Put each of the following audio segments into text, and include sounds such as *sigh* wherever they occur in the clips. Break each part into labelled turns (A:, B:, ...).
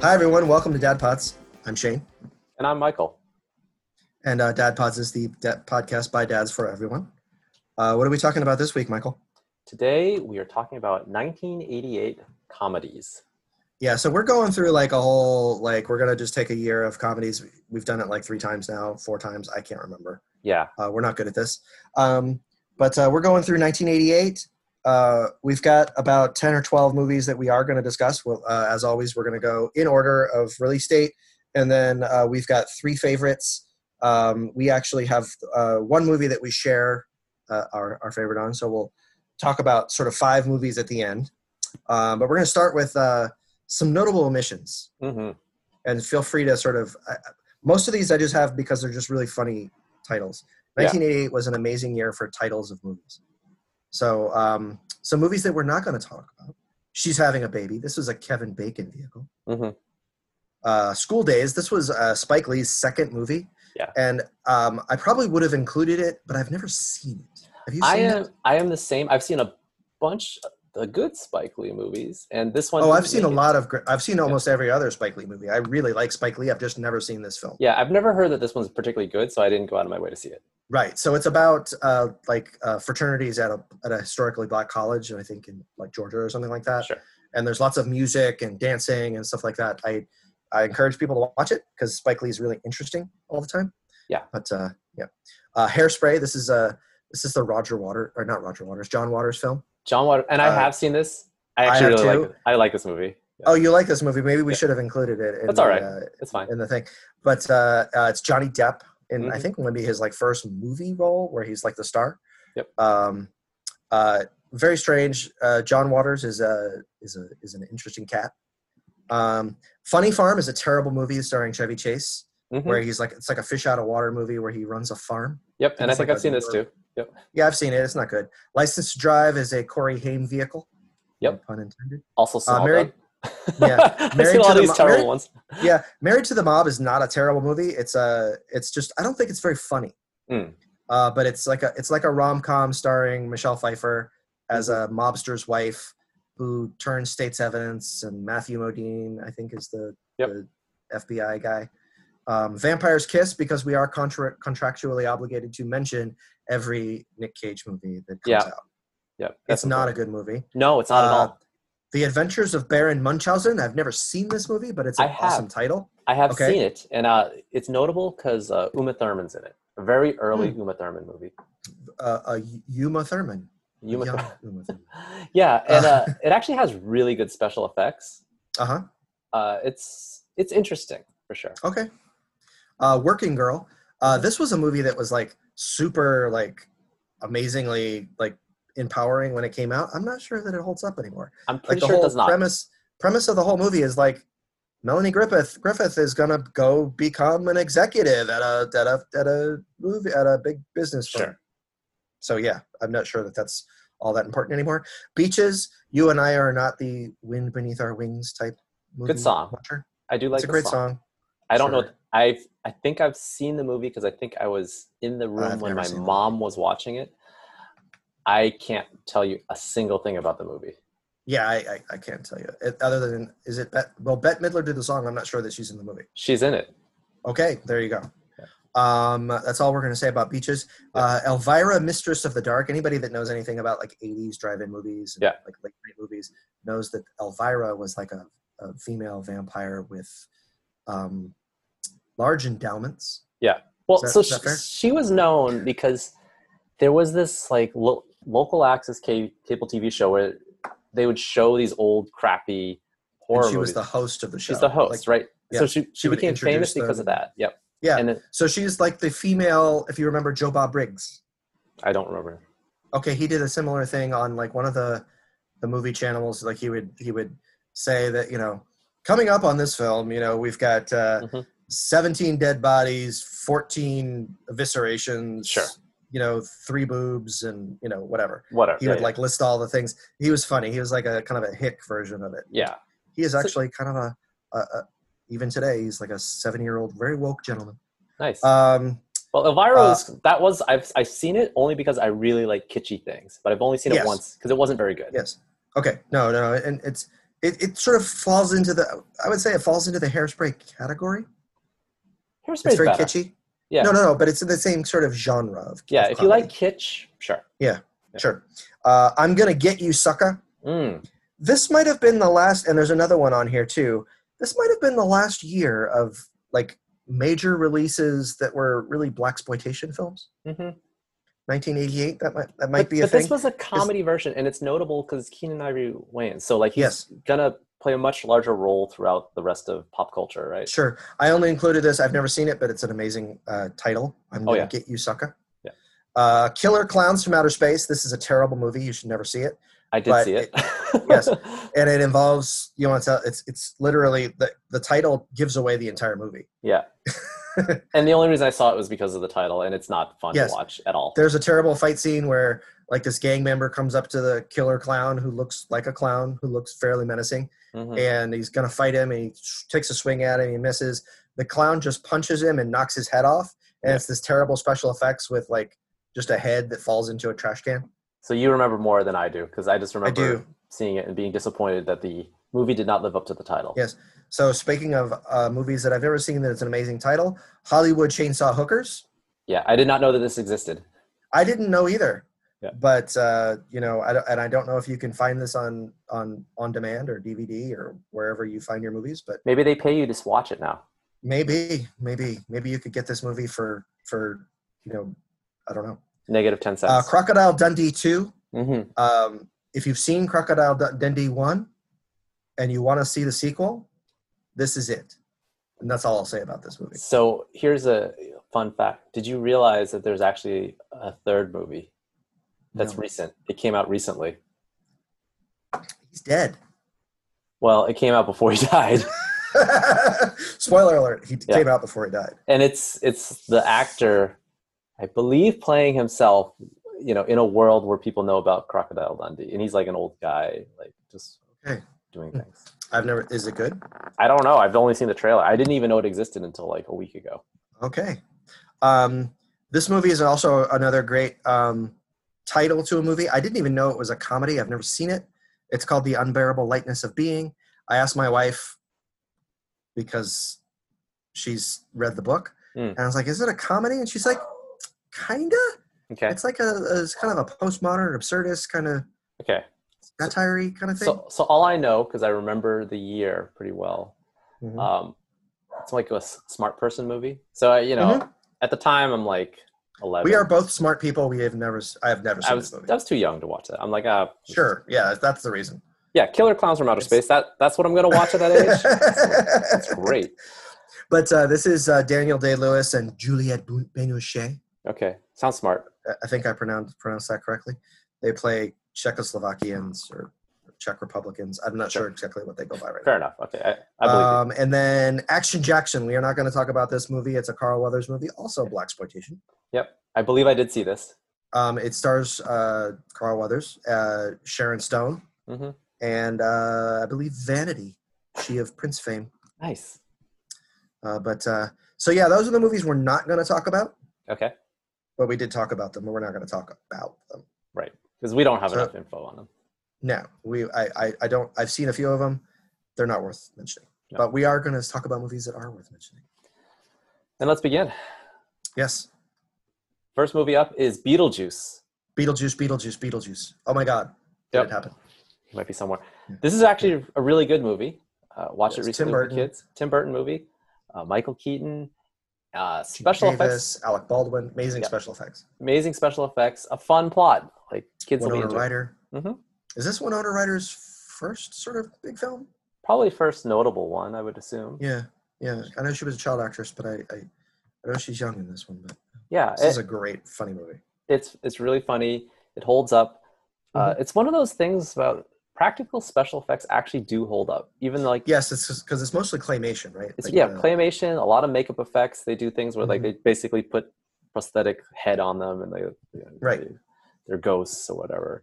A: Hi, everyone. Welcome to Dad Pods. I'm Shane,
B: And I'm Michael.
A: and uh, Dad Pods is the da- podcast by dads for everyone. Uh, what are we talking about this week, Michael?
B: Today we are talking about 1988 comedies.
A: Yeah, so we're going through like a whole like we're gonna just take a year of comedies. We've done it like three times now, four times. I can't remember.
B: Yeah,
A: Uh, we're not good at this, um, but uh, we're going through 1988. Uh, we've got about 10 or 12 movies that we are going to discuss. Well, uh, as always, we're going to go in order of release date, and then uh, we've got three favorites. Um, we actually have uh, one movie that we share uh, our, our favorite on, so we'll talk about sort of five movies at the end. Um, but we're going to start with uh, some notable omissions
B: hmm
A: and feel free to sort of I, most of these I just have because they're just really funny titles.
B: Yeah.
A: 1988 was an amazing year for titles of movies. So um, some movies that we're not going to talk about. She's having a baby. This was a Kevin Bacon vehicle.
B: hmm
A: Uh, School Days. This was uh, Spike Lee's second movie.
B: Yeah.
A: And um, I probably would have included it, but I've never seen it. Have you
B: I
A: seen
B: am.
A: it?
B: I am the same. I've seen a bunch of the good Spike Lee movies, and this one.
A: Oh, I've
B: didn't
A: seen a
B: make it.
A: lot of. gr- I've seen almost every other Spike Lee movie. I really like Spike Lee. I've just never seen this film.
B: Yeah, I've never heard that this one's particularly good, so I didn't go out of my way to see it.
A: Right. So it's about uh, like uh, fraternities at a at a historically black college, and I think in like Georgia or something like that.
B: Sure.
A: And there's lots of music and dancing and stuff like that. I I encourage people to watch it because Spike Lee is really interesting all the time.
B: Yeah.
A: But uh, yeah, uh, Hairspray. This is uh, this is the Roger Water or not Roger Waters, John Waters film.
B: John Water, and I
A: Uh,
B: have seen this. I
A: I
B: actually
A: have
B: really
A: too.
B: like. It. I like this movie. Yeah,
A: Oh, you like this movie? Maybe we
B: Yeah.
A: should have included it. In
B: That's all right.
A: the, uh,
B: it's fine.
A: in the thing. But uh, uh, it's Johnny Depp, and I
B: Mhm.
A: think maybe his like first movie role where he's like the star.
B: Yep.
A: Um, uh, very strange. Uh, John Waters is a is a is an interesting cat. Um, Funny Farm is a terrible movie starring Chevy Chase,
B: Mhm.
A: where he's like it's like a fish out of water movie where he runs a farm.
B: Yep, and I
A: it's
B: think
A: like
B: I've seen
A: a-
B: this too. Yep.
A: Yeah, I've seen it. It's not good. License to Drive is a Corey Haim vehicle.
B: Yep.
A: No Pun intended.
B: Also, saw
A: married- Uh,
B: *laughs*
A: yeah,
B: Yeah, I've
A: Married
B: seen a
A: to
B: lot
A: the
B: of these
A: Mo-
B: terrible
A: Married-
B: ones.
A: yeah, Married to the Mob is not a terrible movie. It's a, it's just I don't think it's very funny.
B: Mm.
A: Uh, but it's like a, it's like a rom com starring Michelle Pfeiffer as a mobster's wife who turns state's evidence, and Matthew Modine I think is the,
B: Yep.
A: the FBI guy. Um, Vampire's Kiss because we are contra- contractually obligated to mention every Nick Cage movie that comes
B: Yeah,
A: out.
B: Yep.
A: It's not a good movie.
B: A- no, it's not at
A: Uh,
B: all.
A: The Adventures of Baron Munchausen. I've never seen this movie, but it's
B: I
A: an
B: have.
A: awesome title.
B: I have
A: Okay.
B: seen it, and uh, it's notable because uh, Uma Thurman's in it. A very early
A: Hmm.
B: Uma Thurman movie.
A: uh, uh, Yuma Thurman.
B: Uma
A: Young
B: Thurman.
A: Uma Thurman.
B: *laughs* yeah,
A: *laughs*
B: and
A: Uh.
B: uh, it actually has really good special effects.
A: Uh-huh.
B: Uh, it's it's interesting for sure.
A: Okay. Uh, Working Girl. Uh, this was a movie that was like super like amazingly like empowering when it came out. I'm not sure that it holds up anymore.
B: I'm
A: Like
B: pretty
A: the
B: sure it
A: whole
B: does not.
A: premise premise of the whole movie is like Melanie Griffith Griffith is gonna go become an executive at a at a at a movie at a big business firm.
B: Sure.
A: So yeah, I'm not sure that that's all that important anymore. Beaches, you and I are not the wind beneath our wings type. Movie
B: Good song.
A: watcher.
B: I do like
A: it's a
B: the
A: great song.
B: I don't know.
A: Sure.
B: I I think I've seen the movie because I think I was in the room
A: I've
B: when
A: never
B: my
A: seen the
B: mom was watching it. I can't tell you a single thing about the movie.
A: Yeah, I, I, I can't tell you. It, other than is it Bet, well, Bette Midler did the song. I'm not sure that she's in the movie.
B: She's in it.
A: Okay, there you go. Um, that's all we're going to say about beaches. Uh, Elvira, Mistress of the Dark. Anybody that knows anything about like 80s drive-in movies, and,
B: Yeah.
A: like late night movies, knows that Elvira was like a, a female vampire with um, large endowments.
B: Well,
A: that-
B: so
A: is that fair?
B: she, she was known because there was this like lo- local access ca- cable TV show where they would show these old crappy
A: And
B: horror
A: she was
B: movies.
A: the host of the show.
B: She's the host,
A: Like,
B: right?
A: yeah,
B: So she, she
A: would
B: became famous
A: introduce
B: because
A: them.
B: of that. Yep.
A: Yeah.
B: And then,
A: So she's like the female, if you remember, Joe Bob Briggs.
B: I don't remember.
A: okay he did a similar thing on like one of the the movie channels like he would he would say that you know coming up on this film you know we've got uh,
B: Mhm.
A: 17 dead bodies 14 eviscerations
B: Sure.
A: you know three boobs and you know whatever
B: Whatever.
A: he
B: yeah,
A: would like list all the things he was funny he was like a kind of a hick version of it
B: yeah.
A: he is
B: So-
A: actually kind of a, a, a even today he's like a 70 year old very woke gentleman
B: Nice.
A: um
B: well, Elvira
A: uh,
B: was, that was, I've, I've seen it only because I really like kitschy things, but I've only seen
A: Yes.
B: it once because it wasn't very good.
A: Yes. Okay. No, no, and it's It, it sort of falls into the I would say it falls into the hairspray category.
B: Hairspray's
A: It's very
B: better.
A: kitschy.
B: Yeah.
A: No, no, no, but it's in the same sort of genre of
B: yeah,
A: of
B: if you like
A: comedy.
B: kitsch, sure.
A: sure. Uh, I'm gonna get you, sucker.
B: Mm.
A: This might have been the last, and there's another one on here too. This might have been the last year of like major releases that were really black exploitation films.
B: hmm
A: 1988. That might that might
B: but
A: be a
B: but
A: thing.
B: this was a comedy version, and it's notable because Keenan Ivory Wayans. So like he's
A: Yes.
B: gonna play a much larger role throughout the rest of pop culture, right?
A: Sure. I only included this. I've never seen it, but it's an amazing uh, title. I'm
B: Oh,
A: gonna
B: yeah.
A: get you, sucker.
B: Yeah.
A: Uh, Killer Clowns from Outer Space. This is a terrible movie. You should never see it.
B: I did
A: But
B: see it. *laughs*
A: yes. And it involves you know it's a, it's it's literally the the title gives away the entire movie.
B: yeah.
A: *laughs*
B: and the only reason I saw it was because of the title, and it's not fun
A: Yes.
B: to watch at all.
A: There's a terrible fight scene where like this gang member comes up to the killer clown who looks like a clown who looks fairly menacing,
B: Mhm.
A: and he's gonna fight him. And he sh- takes a swing at him. He misses. The clown just punches him and knocks his head off. And
B: Yeah.
A: it's this terrible special effects with like just a head that falls into a trash can.
B: So you remember more than I do because I just
A: I
B: remember
A: do.
B: seeing it and being disappointed that the movie did not live up to the title.
A: Yes. So speaking of uh, movies that I've ever seen, that it's an amazing title, Hollywood Chainsaw Hookers.
B: Yeah, I did not know that this existed.
A: I didn't know either,
B: Yeah.
A: but uh, you know, I don't, and I don't know if you can find this on on on demand or DVD or wherever you find your movies. But
B: Maybe they pay you to s- watch it now.
A: maybe, maybe, maybe you could get this movie for for you know, I don't know.
B: Negative ten cents.
A: Uh, Crocodile Dundee two.
B: Mhm.
A: Um, if you've seen Crocodile Dun- Dundee one, and you want to see the sequel, this is it. And that's all I'll say about this movie.
B: So here's a fun fact. Did you realize that there's actually a third movie that's
A: No.
B: recent? It came out recently.
A: He's dead. *laughs*
B: Well, it came out before *laughs* he died,
A: Spoiler alert, he
B: Yeah.
A: came out before he died.
B: and it's it's the actor, I believe, playing himself. You know, in a world where people know about Crocodile Dundee, and he's like an old guy, like just
A: Okay.
B: doing things.
A: I've never is it good?
B: I don't know. I've only seen the trailer. I didn't even know it existed until like a week ago.
A: Okay. Um this movie is also another great um title to a movie. I didn't even know it was a comedy. I've never seen it. It's called The Unbearable Lightness of Being. I asked my wife because she's read the book
B: Mm.
A: and I was like, "Is it a comedy?" and she's like, "Kinda."
B: Okay.
A: It's like a, a- it's kind of a postmodern absurdist kind of
B: Okay.
A: satire kind of thing.
B: So, uh, so all I know because I remember the year pretty well.
A: Mhm.
B: Um, it's like a s- smart person movie. So I, you know, at the time I'm like eleven.
A: Mm-hmm. We are both smart people. We have never. s- I have never seen
B: I was
A: this movie.
B: I was too young to watch that. I'm like, ah,
A: Sure. Yeah, that's the reason.
B: yeah, Killer Clowns from Outer
A: It's-
B: Space. That that's what I'm gonna watch at
A: *laughs*
B: that age. That's great.
A: But uh, this is uh, Daniel Day Lewis and Juliette Bu- Binoche.
B: Okay, sounds smart.
A: I- I think I pronounced pronounced that correctly. They play Czechoslovakians or Czech Republicans. I'm not sure exactly what they go by right
B: Fair enough. Okay, I, I believe
A: now. Um, and then Action Jackson. We are not going to talk about this movie. It's a Carl Weathers movie, also black exploitation.
B: you. Yep, I believe I did see this.
A: Um, it stars uh, Carl Weathers, uh, Sharon Stone,
B: hmm
A: and uh, I believe Vanity, she of Prince fame.
B: Nice.
A: Uh, but uh, so yeah, those are the movies we're not going to talk about,
B: Okay,
A: but we did talk about them. But we're not going to talk about them.
B: because we don't have
A: So-
B: enough info on them.
A: No, we I, I I don't. I've seen a few of them. They're not worth mentioning.
B: No.
A: But we are going to talk about movies that are worth mentioning.
B: And let's begin.
A: Yes,
B: First movie up is Beetlejuice.
A: Beetlejuice, Beetlejuice, Beetlejuice. Oh my God, did
B: Yep.
A: it happen?
B: It might be somewhere.
A: Yeah.
B: This is actually a really good movie. Uh, watched
A: Yes,
B: it
A: Tim
B: recently with the
A: Burton.
B: kids. Tim Burton movie. Uh, Michael Keaton. Uh,
A: Gene
B: special effects,
A: Davis, Alec Baldwin, amazing
B: Yep.
A: special effects.
B: amazing special effects. A fun plot. Like kids will be
A: Winona
B: into. it.
A: Ryder.
B: Mhm.
A: Is this Winona Ryder's first sort of big film?
B: Probably first notable one, I would assume. Yeah,
A: Yeah, yeah. I know she was a child actress, but I I, I know she's young in this one. But this
B: it-
A: is a great, funny movie.
B: it's it's really funny. It holds up.
A: Mm-hmm.
B: Uh, it's one of those things about practical special effects actually do hold up, even like
A: Yes, it's because it's mostly claymation, right?
B: It's,
A: Like,
B: yeah,
A: uh,
B: claymation. A lot of makeup effects. They do things where like
A: Mhm.
B: they basically put prosthetic head on them, and they you know,
A: Right.
B: They, they're ghosts or whatever.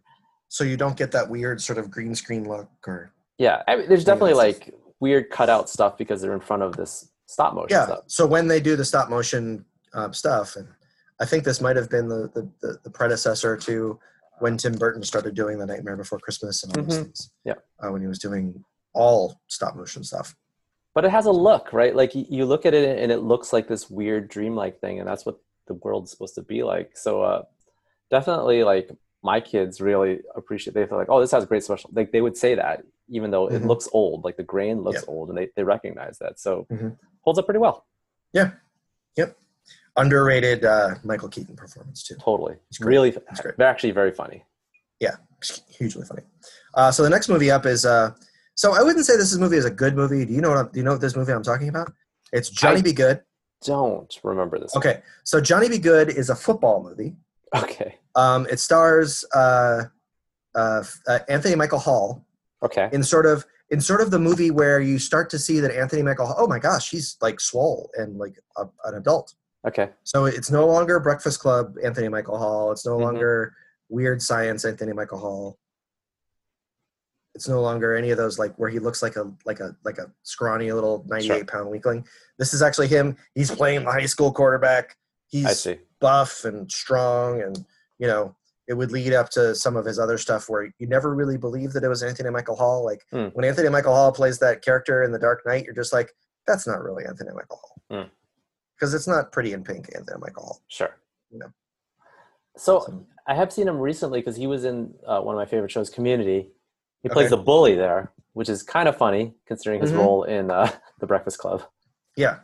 A: so you don't get that weird sort of green screen look, or
B: Yeah, I mean, there's definitely
A: that's-
B: like weird cutout stuff because they're in front of this stop motion
A: yeah.
B: stuff.
A: So when they do the stop motion um, stuff, and I think this might have been the, the, the, the predecessor to when Tim Burton started doing the Nightmare Before Christmas and all those
B: Mhm.
A: things.
B: Yeah.
A: uh, when he was doing all stop motion stuff.
B: But it has a look, right? Like y- you look at it and it looks like this weird dreamlike thing, and that's what the world's supposed to be like. So uh, definitely, like my kids really appreciate. They feel like, oh, this has great special. Like they would say that, even though it
A: Mhm.
B: looks old, like the grain looks
A: Yep.
B: old, and they they recognize that. So
A: Mhm.
B: holds up pretty well.
A: Underrated uh, Michael Keaton performance too.
B: Totally,
A: It's great.
B: really,
A: It's great.
B: they're actually very funny.
A: Hugely funny. Uh, so the next movie up is. Uh, so I wouldn't say this is- movie is a good movie. Do you know what? I'm, do you know this movie I'm talking about? It's Johnny
B: I-
A: Be Good.
B: Don't remember this.
A: Okay, so Johnny Be Good is a football movie.
B: Okay.
A: Um, it stars uh, uh, f- uh, Anthony Michael Hall
B: *laughs* Okay.
A: in sort of in sort of the movie where you start to see that Anthony Michael. Hall, oh my gosh, he's like swole and like a, an adult.
B: Okay.
A: So it's no longer Breakfast Club Anthony Michael Hall. It's no
B: Mhm.
A: longer Weird Science Anthony Michael Hall. It's no longer any of those like where he looks like a like a like a scrawny little ninety eight pound weakling. This is actually him. He's playing the high school quarterback.
B: I
A: He's
B: see.
A: buff and strong and you know it would lead up to some of his other stuff where you never really believe that it was anthony michael hall like
B: Hmm.
A: when anthony michael hall plays that character in the dark knight you're just like that's not really anthony michael hall
B: Hmm.
A: because it's not pretty and pink anthony michael hall
B: Sure.
A: Yeah.
B: So
A: So-
B: I have seen him recently because he was in uh, one of my favorite shows, Community. He
A: Okay.
B: plays the bully there, which is kind of funny considering his
A: Mhm.
B: role in uh, *laughs* The Breakfast Club.
A: yeah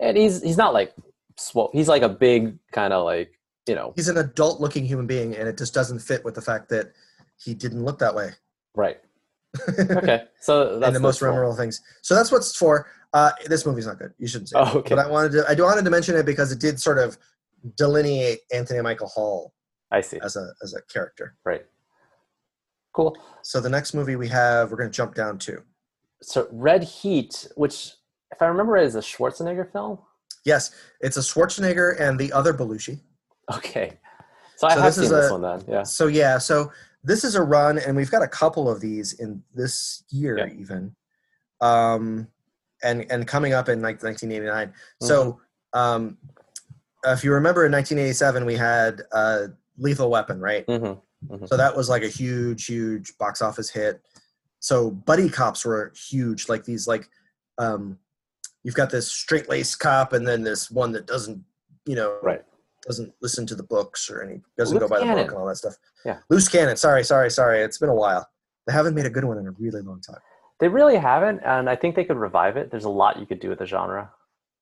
B: And he's he's not like swole. He's like a big kind of like you know
A: he's an adult looking human being and it just doesn't fit with the fact that he didn't look that way *laughs*
B: right. Okay, so that's
A: and the most
B: swole.
A: memorable things. So that's what's for. Uh, this movie's not good. You shouldn't say.
B: *laughs* Oh,
A: it.
B: okay.
A: But I wanted to. I wanted to mention it because it did sort of delineate Anthony Michael Hall
B: I see.
A: as a as a character.
B: Right. Cool.
A: So the next movie we have, we're going to jump down to.
B: So Red Heat, which if I remember, is a Schwarzenegger film. *laughs*
A: Yes, it's a Schwarzenegger and the other Belushi.
B: Okay. So I
A: So
B: have
A: this is
B: seen this
A: a-
B: one then. Yeah.
A: So yeah, so this is a run, and we've got a couple of these in this year
B: Yeah.
A: even, um, and and coming up in like 1989. So um, if you remember, in 1987 we had uh, Lethal Weapon, right?
B: hmm
A: So that was like a huge, huge box office hit. So buddy cops were huge, like these like um you've got this straight laced cop and then this one that doesn't, you know,
B: Right.
A: doesn't listen to the books or any doesn't go
B: Loose
A: by the
B: Cannon.
A: book and all that stuff.
B: Yeah.
A: Loose cannon, sorry, sorry, sorry. It's been a while. They haven't made a good one in a really long time.
B: They really haven't, and I think they could revive it. There's a lot you could do with the genre.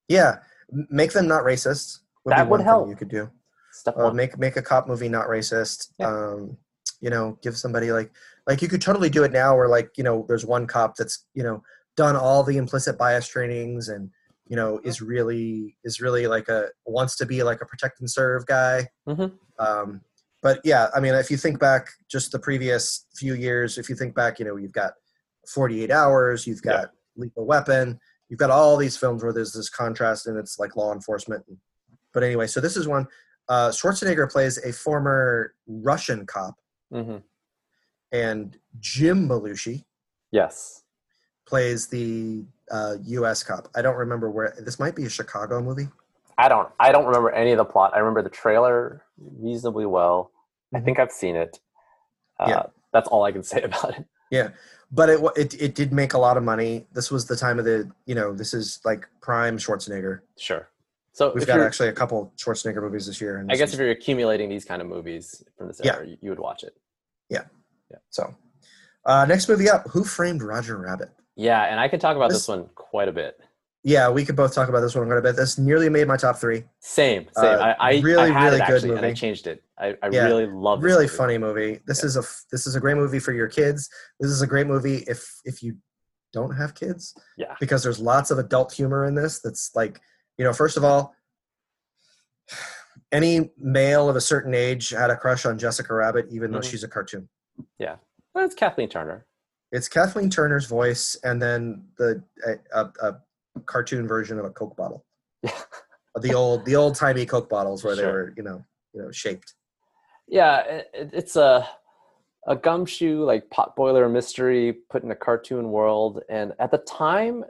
A: Yeah. m- Make them not racist. be
B: That would
A: one thing
B: help.
A: You could do.
B: Step
A: uh,
B: one.
A: make make a cop movie not racist
B: Yeah.
A: um you know give somebody like like you could totally do it now where like you know there's one cop that's you know done all the implicit bias trainings and you
B: Mm-hmm.
A: know is really is really like a wants to be like a protect and serve guy
B: Mhm.
A: um but yeah i mean if you think back just the previous few years if you think back you know you've got 48 hours you've
B: Yeah.
A: got lethal weapon you've got all these films where there's this contrast and it's like law enforcement but anyway so this is one uh, Schwarzenegger plays a former Russian cop,
B: hmm
A: and Jim Belushi
B: Yes.
A: plays the uh, U.S. cop. I don't remember where this might be a Chicago movie.
B: I don't. I don't remember any of the plot. I remember the trailer reasonably well. I
A: Mhm.
B: think I've seen it. Uh,
A: Yeah.
B: That's all I can *laughs* say about it.
A: but it, wa- it it did make a lot of money. This was the time of the you know this is like prime Schwarzenegger.
B: Sure. So
A: We've
B: if
A: got
B: you're-
A: actually a couple Schwarzenegger movies this year. And
B: I
A: this
B: guess if
A: was-
B: you're accumulating these kind of movies from this
A: Yeah.
B: era, you, you would watch it.
A: so. Uh, next movie up: Who Framed Roger Rabbit?
B: Yeah, and I can talk about this,
A: This-
B: one quite a bit.
A: Yeah, we could both talk about this one. I'm gonna bet this nearly made my top three.
B: Same.
A: Uh,
B: Same. I, I I
A: really,
B: had
A: really
B: it
A: good
B: actually, and I
A: movie.
B: changed it. I, I
A: Yeah.
B: really love.
A: really
B: this movie.
A: funny movie. This
B: Yeah.
A: is a f- this is a great movie for your kids. This is a great movie if if you don't have kids
B: Yeah.
A: because there's lots of adult humor in this. That's like you know, first of all, any male of a certain age had a crush on Jessica Rabbit, even though
B: Mhm.
A: she's a cartoon.
B: That's Kathleen Turner.
A: It's Kathleen Turner's voice, and then the a, a, a cartoon version of a Coke bottle,
B: Yeah.
A: *laughs* the old the old timey Coke bottles where they
B: Sure.
A: were you know you know shaped.
B: Yeah, it, it- it's a a gumshoe like potboiler mystery put in a cartoon world, and at the time,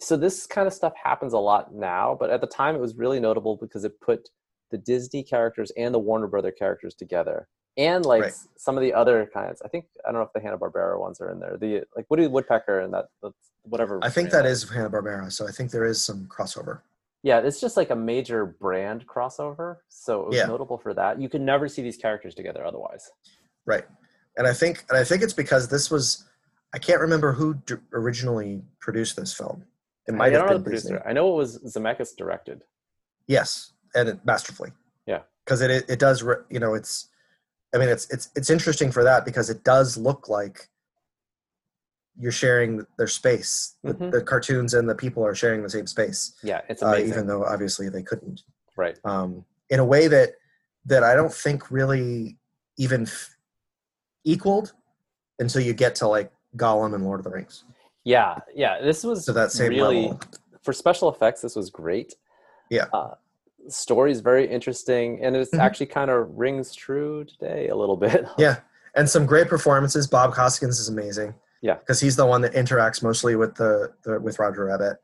B: so this kind of stuff happens a lot now, but at the time it was really notable because it put the Disney characters and the Warner Brother characters together and like
A: Right.
B: s- some of the other kinds. I think I don't know if the Hanna Barbera ones are in there. The like Woody Woodpecker and that that's whatever.
A: I think
B: brand
A: that is Hanna Barbera, so I think there is some crossover.
B: Yeah, it's just like a major brand crossover. So it was
A: Yeah.
B: notable for that. You could never see these characters together otherwise.
A: and I think and I think it's because this was I can't remember who d- originally produced this film. It might
B: I
A: have
B: don't know the
A: been
B: producer.
A: Disney.
B: I know it was Zemeckis directed.
A: Yes, and it, masterfully.
B: Yeah.
A: because it it it does re- you know it's I mean it's it's it's interesting for that because it does look like you're sharing their space.
B: Mhm.
A: The, the cartoons and the people are sharing the same space,
B: Yeah, it's
A: uh,
B: amazing.
A: even though obviously they couldn't.
B: right.
A: um, in a way that that I don't think really even f- equaled until you get to like Gollum and Lord of the Rings.
B: Yeah, yeah. This was
A: So that same
B: really
A: level,
B: for special effects. This was great.
A: Yeah.
B: Uh, story's very interesting, and it's
A: Mhm.
B: actually kind of rings true today a little *laughs* bit.
A: yeah, and some great performances. Bob Hoskins is amazing.
B: Yeah.
A: because he's the one that interacts mostly with the, the with Roger Rabbit.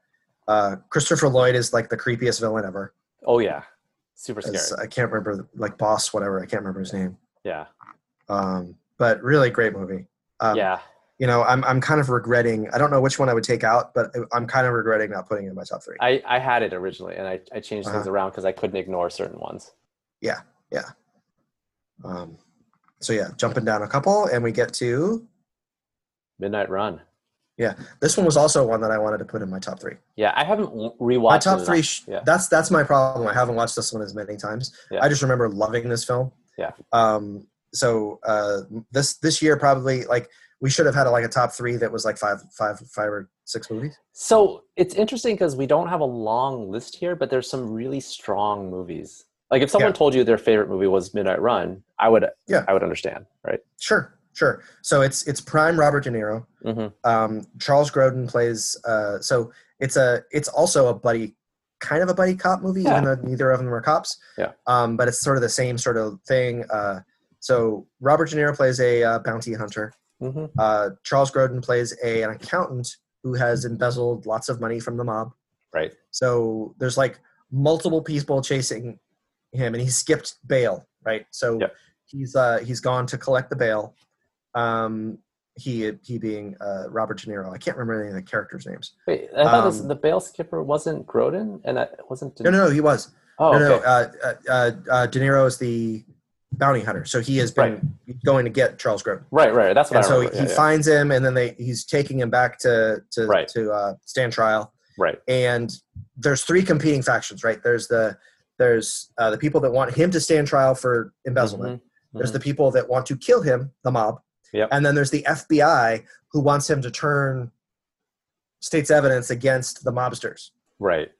A: Uh, Christopher Lloyd is like the creepiest villain ever.
B: Oh yeah, super scary.
A: As- I can't remember the- like boss whatever. I can't remember his name.
B: yeah,
A: Um, but really great movie. Um,
B: yeah.
A: You know, I'm I'm kind of regretting. I don't know which one I would take out, but I'm kind of regretting not putting it in my top three.
B: I I had it originally, and I I changed things
A: Uh-huh.
B: around because I couldn't ignore certain ones.
A: Um, so yeah, jumping down a couple, and we get to
B: Midnight Run.
A: this one was also one that I wanted to put in my top three.
B: Yeah, I haven't w- rewatched
A: My
B: it
A: top
B: enough.
A: three. Sh-
B: Yeah.
A: That's that's my problem. I haven't watched this one as many times.
B: Yeah.
A: I just remember loving this film.
B: Yeah.
A: Um. So uh, this this year probably like we should have had like a top three that was like five five five or six movies.
B: So it's interesting because we don't have a long list here, but there's some really strong movies. Like if someone
A: Yeah.
B: told you their favorite movie was Midnight Run, I would
A: Yeah.
B: I would understand, right?
A: Sure, sure. So it's it's prime Robert De Niro.
B: hmm
A: um, Charles Grodin plays. Uh, so it's a it's also a buddy, kind of a buddy cop movie, even though neither of them are cops.
B: Yeah.
A: Um, but it's sort of the same sort of thing. Uh, so Robert De Niro plays a uh, bounty hunter.
B: hmm
A: Uh, Charles Grodin plays a, an accountant who has embezzled lots of money from the mob.
B: Right.
A: So there's like multiple people chasing him, and he skipped bail. Right. So
B: Yep.
A: he's uh, he's gone to collect the bail. Um, he he being uh, Robert De Niro. I can't remember any of the characters' names.
B: Wait, I thought this,
A: Um,
B: the bail skipper wasn't Grodin, and I wasn't.
A: No, no, no he was.
B: Oh,
A: no, no.
B: okay.
A: Uh, uh, uh, uh, De Niro is the bounty hunter, so he has been going to get Charles Grodin.
B: right, right. That's what
A: and
B: I
A: so
B: remember.
A: he
B: yeah, yeah.
A: finds him and then they he's taking him back to to
B: Right.
A: to uh, stand trial
B: Right.
A: and there's three competing factions right there's the there's uh, the people that want him to stand trial for embezzlement
B: Mhm,
A: there's
B: mhm.
A: the people that want to kill him the mob
B: Yep.
A: and then there's the fbi who wants him to turn state's evidence against the mobsters
B: right,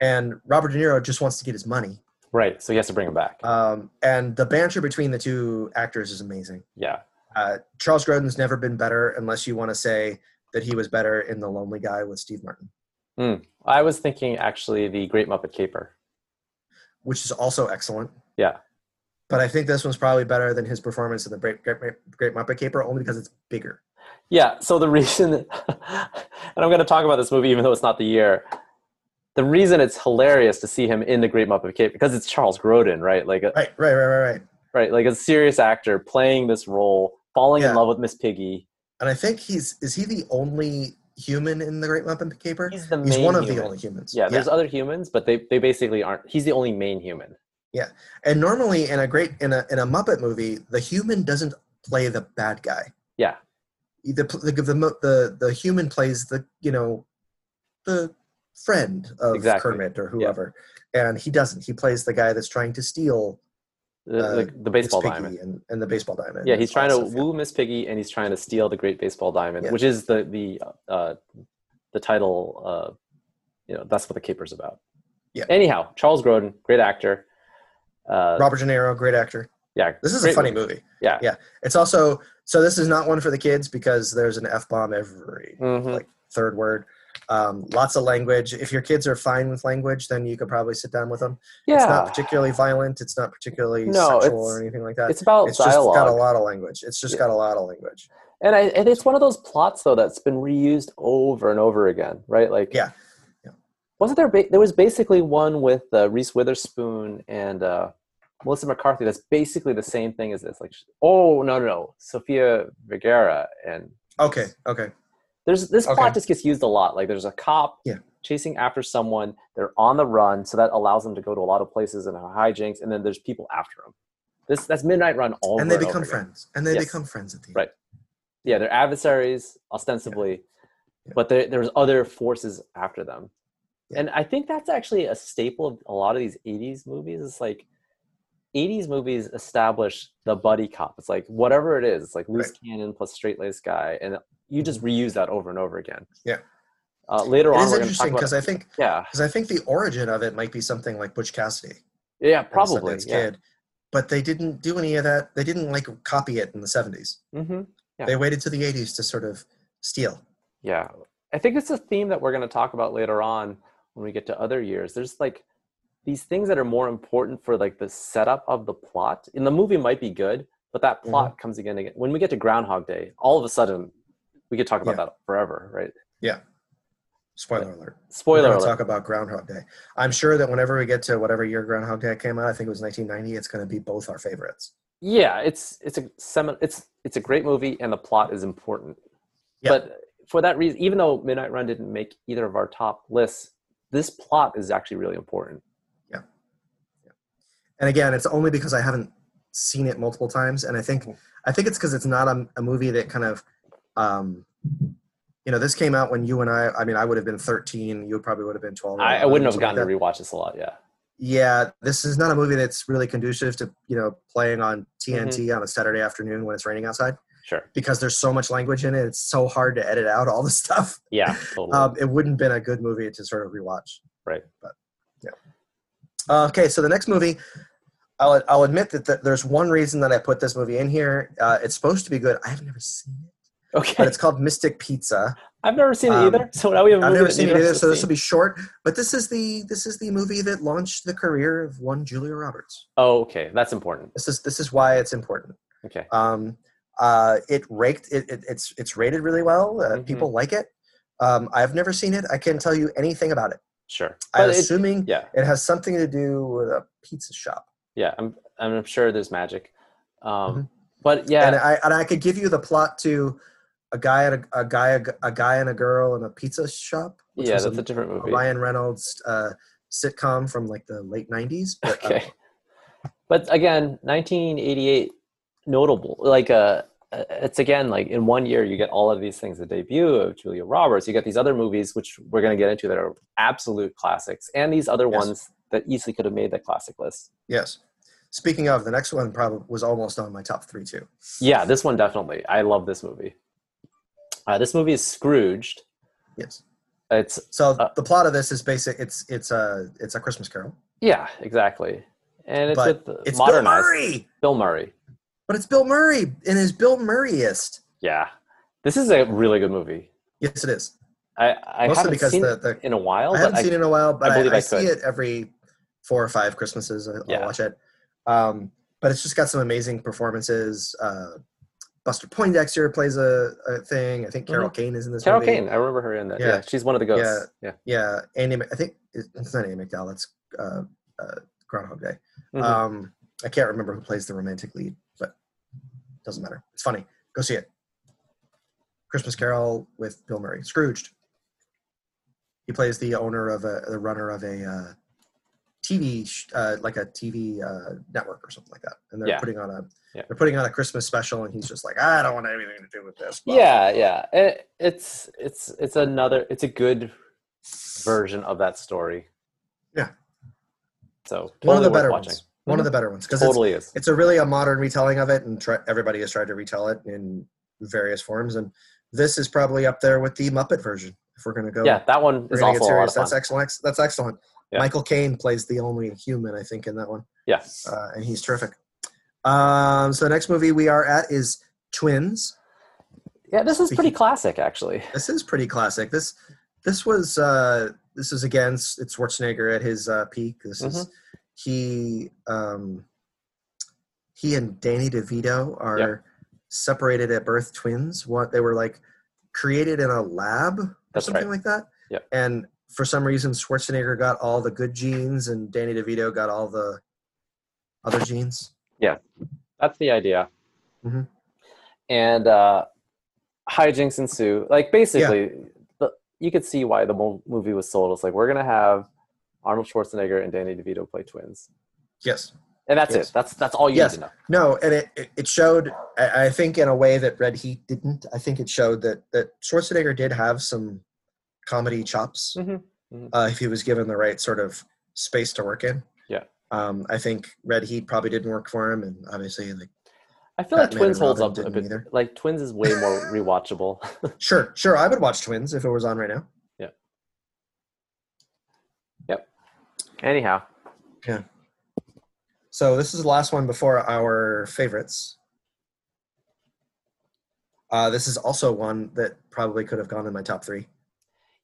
A: and robert de niro just wants to get his money
B: right. So he has to bring him back.
A: um, and the banter between the two actors is amazing
B: yeah.
A: uh, Charles Grodin's never been better, unless you want to say that he was better in The Lonely Guy with Steve Martin,
B: I was thinking actually the Great Muppet Caper.
A: which is also excellent.
B: Yeah.
A: But I think this one's probably better than his performance in The Great, Great, Great Muppet Caper, only because it's bigger.
B: Yeah, so the reason, *laughs* and I'm going to talk about this movie even though it's not the year. The reason it's hilarious to see him in the Great Muppet Cape because it's Charles Grodin, right? Like, a,
A: Right, right, right, right, right.
B: right, like a serious actor playing this role, falling in
A: Yeah.
B: love with Miss Piggy.
A: And I think he's is he the only human in The Great Muppet Caper?
B: He's the main.
A: He's one of the
B: human.
A: only humans.
B: Yeah, there's other humans, but they they basically aren't. He's the only main human.
A: And normally in a great in a in a Muppet movie, the human doesn't play the bad guy.
B: Yeah.
A: The the the mo- the, the human plays the you know the friend of
B: Exactly.
A: Kermit or whoever, and he doesn't. He plays the guy that's trying to steal
B: The,
A: Uh,
B: the, the
A: Miss
B: baseball
A: Piggy
B: diamond.
A: and, and the baseball diamond.
B: Yeah,
A: and
B: he's
A: all
B: trying
A: that
B: to
A: stuff, yeah.
B: woo Miss Piggy, and he's trying to steal the Great Baseball Diamond,
A: Yeah.
B: which is the the uh, the title. Uh, you know, that's what the caper's about.
A: Yeah.
B: Anyhow, Charles Grodin, great actor. Uh,
A: Robert De Niro, great actor.
B: yeah.
A: This is a
B: great
A: funny movie.
B: Yeah.
A: yeah. It's also so this is not one for the kids because there's an f bomb every
B: Mhm.
A: like third word. Um, lots of language. If your kids are fine with language, then you could probably sit down with them.
B: Yeah.
A: It's not particularly violent. It's not particularly
B: No,
A: sexual
B: it's-
A: or anything like that. It's,
B: It's about
A: just
B: dialogue,
A: got a lot of language. It's just
B: Yeah.
A: got a lot of language.
B: and I, and it's one of those plots though that's been reused over and over again, right? Like,
A: Yeah. Yeah.
B: Wasn't there? Ba- there was basically one with uh, Reese Witherspoon and uh, Melissa McCarthy that's basically the same thing as this. Like, she- oh no, no, no, Sofia Vergara, and
A: Okay. Okay.
B: there's this plot
A: Okay.
B: just gets used a lot. Like, there's a cop
A: Yeah.
B: chasing after someone. They're on the run, so that allows them to go to a lot of places and hijinks. And then there's people after them. This that's Midnight Run all
A: and they
B: over
A: become
B: over again.
A: friends. And they
B: Yes.
A: become friends at the end.
B: Right. Yeah, they're adversaries ostensibly,
A: Yeah.
B: but there there's other forces after them.
A: Yeah.
B: And I think that's actually a staple of a lot of these 80s movies. It's like 80s movies establish the buddy cop. It's like whatever it is, it's like loose cannon plus straight laced guy. And you just reuse that over and over again.
A: Mm-hmm. Yeah.
B: Uh, later
A: It
B: on,
A: is
B: we're going to talk
A: interesting
B: about.
A: because I think
B: yeah.
A: because I think the origin of it might be something like Butch Cassidy.
B: Yeah,
A: and the
B: probably.
A: Sundance
B: Yeah.
A: Kid, but they didn't do any of that. They didn't like copy it in the 70s.
B: hmm Yeah.
A: They waited to the 80s to sort of steal.
B: Yeah. I think it's a theme that we're going to talk about later on when we get to other years. There's like these things that are more important for like the setup of the plot. And the movie might be good, but that
A: Mhm.
B: plot comes again and again. When we get to Groundhog Day, all of a sudden we could talk about
A: Yeah.
B: that forever, right?
A: Spoiler alert. We're
B: Spoiler
A: gonna
B: alert.
A: talk about Groundhog Day. I'm sure that whenever we get to whatever year Groundhog Day came out, I think it was 1990, it's going to be both our favorites.
B: yeah, it's it's a semin- it's it's a great movie and the plot is important.
A: Yeah.
B: But for that reason, even though Midnight Run didn't make either of our top lists, this plot is actually really important.
A: And again, it's only because I haven't seen it multiple times, and I think
B: Mm-hmm.
A: I think it's because it's not a, a movie that kind of, um, you know, this came out when you and I. I mean, I would have been 13. You probably would have been 12. or
B: I, I
A: 11,
B: wouldn't have
A: something like
B: gotten to
A: that.
B: rewatch this a lot, yeah.
A: yeah, this is not a movie that's really conducive to you know playing on TNT
B: Mm-hmm.
A: on a Saturday afternoon when it's raining outside
B: Sure.
A: because there's so much language in it. It's so hard to edit out all the *laughs* stuff.
B: Yeah, totally.
A: Um, it wouldn't been a good movie to sort of rewatch.
B: Right.
A: But yeah. Uh, okay, so the next movie, I'll I'll admit that th- there's one reason that I put this movie in here. Uh, it's supposed to be good. I have never seen it,
B: okay,
A: but it's called Mystic Pizza.
B: I've never seen it
A: um,
B: either. So now we have. a
A: I've
B: movie
A: never
B: that
A: seen it
B: neither of
A: either,
B: us
A: so
B: have
A: this will
B: seen.
A: be short. But this is the this is the movie that launched the career of one Julia Roberts.
B: Oh, okay, that's important.
A: This is this is why it's important.
B: Okay,
A: Um, uh, it raked. It, it, it's it's rated really well. Uh,
B: Mhm.
A: People like it. Um, I've never seen it. I can't tell you anything about it.
B: sure.
A: I'm
B: But it-
A: assuming
B: yeah,
A: it has something to do with a pizza shop.
B: yeah. I'm, I'm sure there's magic. Um, But yeah,
A: Mm-hmm. And uh, I and I could give you the plot to a guy and a, a guy a, guy and a girl in a pizza shop. which
B: yeah,
A: was
B: that's a,
A: a,
B: different
A: a
B: movie.
A: Ryan Reynolds uh, sitcom from like the late '90s. But, uh,
B: *laughs* okay, but again, 1988, notable. Like uh, uh, it's again like in one year you get all of these things. The debut of Julia Roberts. You get these other movies which we're going to get into that are absolute classics, and these other
A: Yes.
B: ones that easily could have made that classic list.
A: yes. Speaking of, the next one probably was almost on my top three too.
B: Yeah, this one definitely. I love this movie. Uh, this movie is Scrooged.
A: Yes.
B: It's
A: So
B: Uh,
A: the plot of this is basic. It's it's a it's a Christmas Carol.
B: yeah, exactly, and it's
A: But
B: with the
A: It's Bill
B: modernized
A: Murray,
B: Bill Murray.
A: but it's Bill Murray in his Bill Murrayist.
B: Yeah, this is a really good movie.
A: Yes, it is.
B: I I
A: Mostly
B: haven't
A: because
B: seen
A: the,
B: it
A: the
B: in a while,
A: I
B: but
A: haven't
B: I,
A: seen it in a while, but
B: I
A: I,
B: believe
A: I,
B: I
A: see it
B: could.
A: every four or five Christmases. I, I'll
B: Yeah.
A: watch it. Um, but it's just got some amazing performances. Uh, Buster Poindexter plays a, a thing. I think Carol Kane is in this
B: Mm-hmm. Carol
A: movie.
B: Kane. I remember her in that. Yeah,
A: Yeah.
B: she's one of the ghosts. Yeah,
A: Yeah, Andy. Mc- I think it's not Andy McDowell. It's uh, uh, Groundhog Day.
B: Mhm.
A: Um, I can't remember who plays the romantic lead, but doesn't matter. It's funny. Go see it. Christmas Carol with Bill Murray. Scrooged. He plays the owner of a the runner of a uh, TV sh- uh, like a TV uh, network or something like that, and they're
B: Yeah.
A: putting on a
B: Yeah.
A: they're putting on a Christmas special, and he's just like, I don't want anything to do with this. Well,
B: yeah, yeah. It, it's it's it's another. It's a good version of that story.
A: Yeah.
B: So totally
A: one of the
B: worth
A: better
B: watching. Mm-hmm.
A: ones. One of the better ones because it's
B: totally is.
A: it's a really a modern retelling of it, and try, everybody has tried to retell it in various forms. And this is probably up there with the Muppet version. If we're going to go,
B: Yeah, that one
A: we're
B: is
A: gonna get
B: also a lot of
A: serious.
B: fun.
A: That's excellent. ex- That's excellent.
B: Yeah.
A: Michael Caine plays the only human, I think, in that one,
B: yeah.
A: uh, and he's terrific. Um, so the next movie we are at is Twins.
B: Yeah, this
A: *laughs*
B: is pretty
A: Speaking-
B: classic, actually.
A: This is pretty classic. This this was uh, this is again s- it's Schwarzenegger at his uh, peak. This
B: Mm-hmm.
A: is he um, he and Danny DeVito are
B: Yep.
A: separated at birth twins. What they were like created in a lab or
B: That's
A: something
B: right.
A: like that.
B: Yep.
A: And for some reason Schwarzenegger got all the good genes and Danny DeVito got all the other genes.
B: That's the idea.
A: Mhm.
B: And uh, hijinks ensue. Like basically, the, you could see why the mo- movie was sold. It's like we're gonna have Arnold Schwarzenegger and Danny DeVito play twins,
A: Yes.
B: and that's
A: Yes.
B: it. That's that's all you
A: Yes.
B: need to know.
A: No, and it, it- it showed, I I think, in a way that Red Heat didn't. I think it showed that, that Schwarzenegger did have some comedy chops
B: Mhm, mhm.
A: Uh, if he was given the right sort of space to work in.
B: Yeah.
A: Um, I think Red Heat probably didn't work for him, and obviously, like,
B: I feel
A: Batman
B: like
A: and
B: Twins holds
A: Robin
B: up a
A: didn't
B: bit.
A: either.
B: Like Twins is way
A: *laughs*
B: more rewatchable. *laughs*
A: sure, sure, I would watch Twins if it was on right now. Um,
B: Anyhow,
A: So this is the last one before our favorites. Uh, this is also one that probably could have gone in my top three.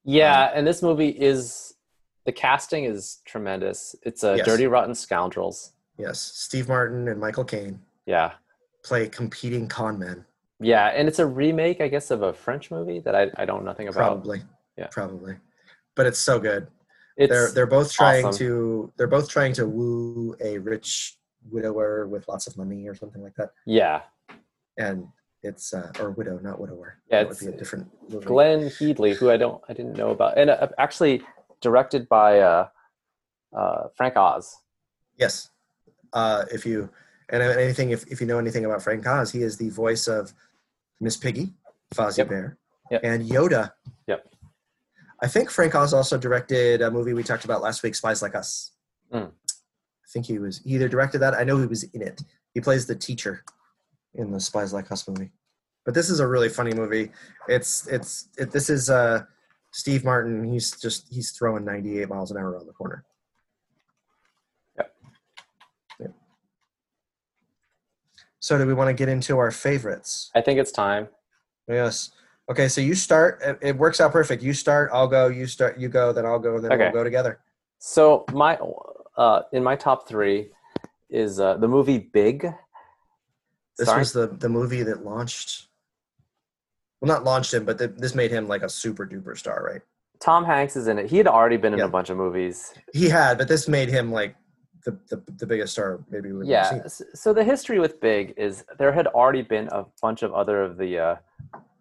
B: yeah, and this movie is the casting is tremendous. It's a
A: Yes.
B: Dirty Rotten Scoundrels.
A: Yes, Steve Martin and Michael Caine
B: Yeah,
A: play competing con men.
B: yeah, and it's a remake, I guess, of a French movie that I, I don't know nothing about.
A: Probably,
B: yeah.
A: probably, but it's so good.
B: It's
A: They're they're both trying
B: awesome.
A: to they're both trying to woo a rich widower with lots of money or something like that,
B: yeah.
A: and it's uh, or widow, not widower.
B: Yeah,
A: that would
B: it's-
A: be a different. Movie.
B: Glenn Headley, who I don't, I didn't know about, and uh, actually directed by uh, uh, Frank Oz.
A: Yes. Uh, if you and if anything, if, if you know anything about Frank Oz, he is the voice of Miss Piggy, Fozzie
B: Yep.
A: Bear,
B: Yep.
A: and Yoda.
B: Yep.
A: I think Frank Oz also directed a movie we talked about last week, Spies Like Us.
B: Mm.
A: I think he was he either directed that. I know he was in it. He plays the teacher in the Spies Like Us movie. But this is a really funny movie. It's it's it, this is uh, Steve Martin. He's just he's throwing 98 miles an hour around the corner. So do we want to get into our favorites?
B: I think it's time.
A: Yes. Okay, so you start. It, it works out perfect. You start, I'll go. You start, you go, then I'll go, and then
B: Okay.
A: we'll go together.
B: So my uh, in my top three is uh, the movie Big.
A: This
B: Starring-
A: was the the movie that launched. Well, not launched him, but th- this made him like a super duper star, right?
B: Tom Hanks is in it. He had already been in
A: Yeah.
B: a bunch of movies.
A: He had, but this made him like the the, the biggest star maybe we've ever
B: Yeah.
A: seen.
B: s- So the history with Big is there had already been a bunch of other of the uh,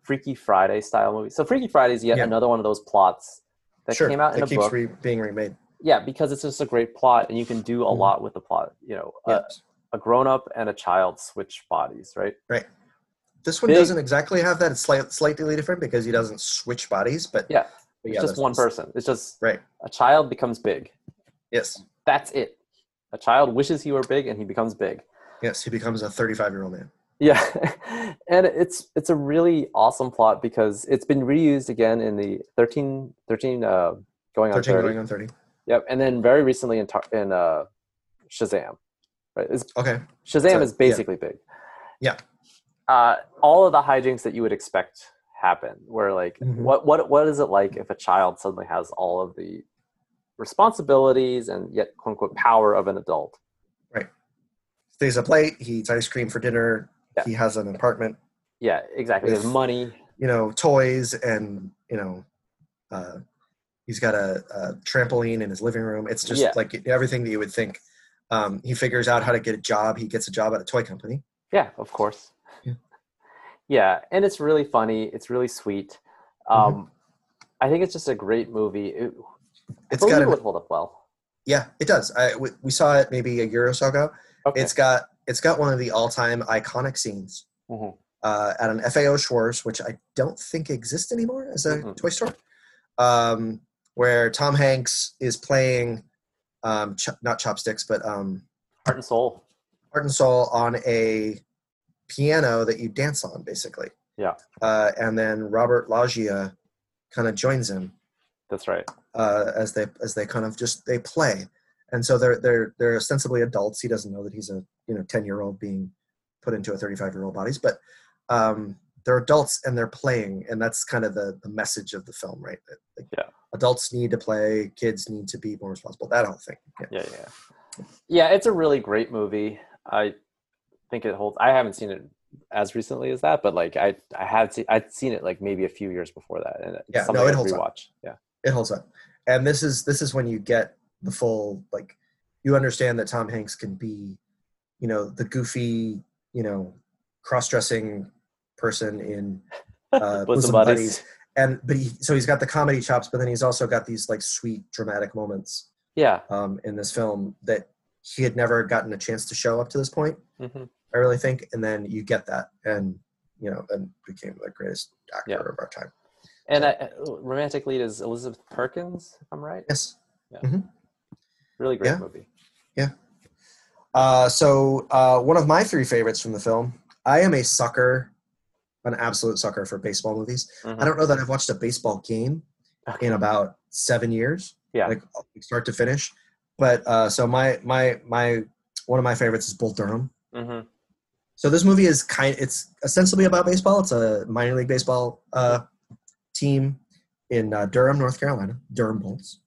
B: Freaky Friday style movies. So Freaky Friday is yet
A: Yeah.
B: another one of those plots that
A: sure,
B: came out in
A: it
B: a
A: keeps
B: book.
A: re- being remade.
B: yeah, because it's just a great plot, and you can do a
A: Mhm.
B: lot with the plot. You know,
A: Yeah.
B: uh, a grown up and a child switch bodies, right?
A: this one
B: big-
A: doesn't exactly have that. It's slight, slightly different because he doesn't switch bodies, but
B: Yeah,
A: but
B: It's
A: yeah,
B: just
A: this-
B: one
A: this-
B: person. It's just
A: Right.
B: a child becomes big.
A: Yes,
B: That's it. A child wishes he were big, and he becomes big.
A: yes, he becomes a thirty-five year old man.
B: Yeah, *laughs* and it's it's a really awesome plot because it's been reused again in the 13, 13 uh, going on
A: Thirteen
B: thirty.
A: going on thirty.
B: Yep, and then very recently in Tar- in uh, Shazam, right? It's
A: Okay.
B: Shazam
A: So,
B: is
A: yeah.
B: basically big.
A: Yeah.
B: Uh, all of the hijinks that you would expect happen. Where like,
A: Mhm.
B: what what what is it like if a child suddenly has all of the responsibilities and yet quote unquote power of an adult?
A: stays up late. He eats ice cream for dinner.
B: Yeah.
A: He has an apartment,
B: Yeah, exactly. There's
A: Yes.
B: money.
A: you know, toys, and you know, uh, he's got a, a trampoline in his living room. It's just
B: Yeah.
A: like everything that you would think. Um, he figures out how to get a job. He gets a job at a toy company.
B: Yeah, of course.
A: Yeah.
B: Yeah, and it's really funny. It's really sweet. Um,
A: Mhm.
B: I think it's just a great movie. It, I
A: It's
B: believe
A: got
B: it
A: an,
B: would hold up well.
A: yeah, it does. I we, we saw it maybe a year or so ago.
B: Okay.
A: It's got it's got one of the all time iconic scenes
B: Mhm.
A: uh, at an FAO Schwarz, which I don't think exists anymore as a
B: Mm-mm.
A: toy store, um, where Tom Hanks is playing um, ch- not chopsticks but um,
B: Heart and soul.
A: heart and soul on a piano that you dance on, basically.
B: Yeah.
A: Uh, and then Robert Loggia kind of joins him
B: That's right.
A: uh, as they as they kind of just they play, and so they're they're they're ostensibly adults. He doesn't know that he's a you know ten year old being put into a thirty five year old bodies, but um, they're adults and they're playing, and that's kind of the the message of the film, right? That, like,
B: Yeah.
A: Adults need to play. Kids need to be more responsible. That whole thing. Yeah.
B: yeah yeah yeah it's a really great movie i think it holds i haven't seen it as recently as that but like i i had seen i'd seen it like maybe a few years before that and it's
A: Yeah, no,
B: something
A: it
B: I'd
A: holds up.
B: rewatch yeah
A: It holds up, and this is this is when you get the full like you understand that Tom Hanks can be you know the goofy you know cross-dressing person in
B: *laughs*
A: uh,
B: Bosom
A: Bosom
B: Buddies.
A: Buddies. and but he so he's got the comedy chops, but then he's also got these like sweet dramatic moments
B: Yeah.
A: um, in this film that he had never gotten a chance to show up to this point.
B: hmm
A: I really think, and then you get that, and you know, and became the greatest actor
B: Yeah.
A: of our time.
B: And I, romantic lead is Elizabeth Perkins, if I'm right.
A: Yes.
B: Really great
A: Yeah.
B: movie.
A: Uh, so uh, one of my three favorites from the film. I am a sucker, an absolute sucker for baseball movies. I
B: Mhm.
A: don't know that I've watched a baseball game
B: Okay.
A: in about seven years.
B: Yeah.
A: Like start to finish. But uh, so my my my one of my favorites is Bull Durham.
B: Mhm.
A: So this movie is kind. It's ostensibly about baseball. It's a minor league baseball uh, team in uh, Durham, North Carolina. Durham Bulls.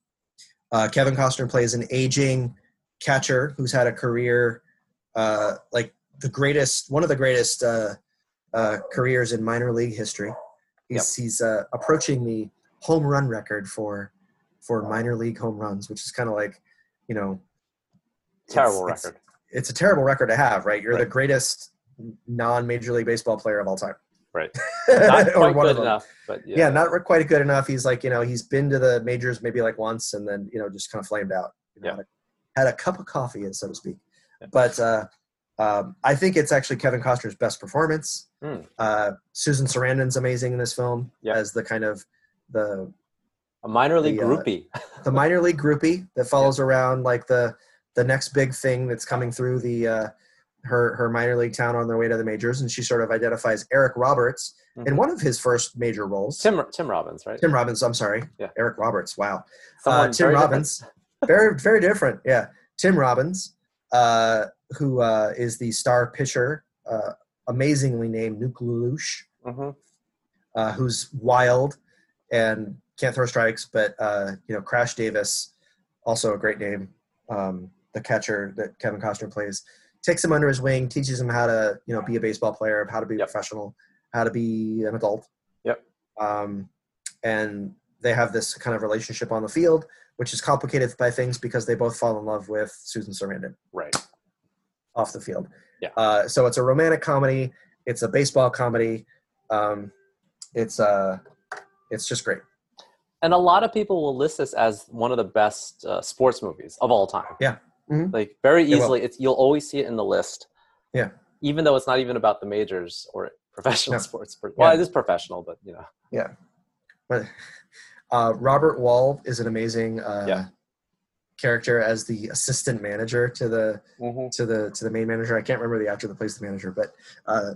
A: Uh, Kevin Costner plays an aging catcher who's had a career uh, like the greatest, one of the greatest uh, uh, careers in minor league history. He's, he's uh, approaching the home run record for for minor league home runs, which is kind of like, you know, it's-
B: Terrible
A: it's- *laughs*
B: record.
A: it's a terrible record to have, right? You're the
B: Right.
A: greatest non-major league baseball player of all time,
B: Right.
A: *laughs* or
B: Not quite
A: one of
B: good
A: them.
B: enough, but yeah.
A: Yeah. not re- quite good enough. He's like, you know, he's been to the majors maybe like once, and then you know just kind of flamed out. You know,
B: Yeah.
A: had, a, had a cup of coffee, so to speak.
B: Yeah.
A: But uh, um, I think it's actually Kevin Costner's best performance.
B: Hmm.
A: Uh, Susan Sarandon's amazing in this film
B: Yeah.
A: as the kind of the
B: a minor league
A: the, uh,
B: groupie. *laughs*
A: the minor league groupie that follows around like the the next big thing that's coming through the uh, her her minor league town on their way to the majors, and she sort of identifies Eric Roberts in
B: Mhm.
A: one of his first major roles. Tim,
B: Tim Tim Robbins, right?
A: Robbins, I'm sorry,
B: Yeah.
A: Eric Roberts. Wow,
B: Someone
A: uh, Tim
B: very different.
A: Robbins, very very different. Yeah, Tim Robbins, uh, who uh, is the star pitcher, uh, amazingly named Nuke Lelouch
B: Mhm.
A: uh, who's wild and can't throw strikes, but uh, you know Crash Davis, also a great name, um, the catcher that Kevin Costner plays, takes him under his wing, teaches him how to you know be a baseball player, how to be
B: Yep.
A: a professional, how to be an adult.
B: Yep.
A: Um, and they have this kind of relationship on the field, which is complicated by things because they both fall in love with Susan Sarandon
B: Right.
A: off the field.
B: Yeah.
A: Uh, so it's a romantic comedy. It's a baseball comedy. Um, it's uh, it's just great.
B: and a lot of people will list this as one of the best uh, sports movies of all time.
A: Yeah. Mhm.
B: like very
A: They will.
B: easily, it's you'll always see it in the list.
A: Yeah.
B: even though it's not even about the majors or professional
A: No.
B: *laughs* sports. per- Well,
A: Yeah.
B: it is professional, but you know,
A: Uh, Robert Wall is an amazing uh,
B: Yeah.
A: character as the assistant manager to the to the to the main manager. I can't remember the actor that plays the manager, but uh,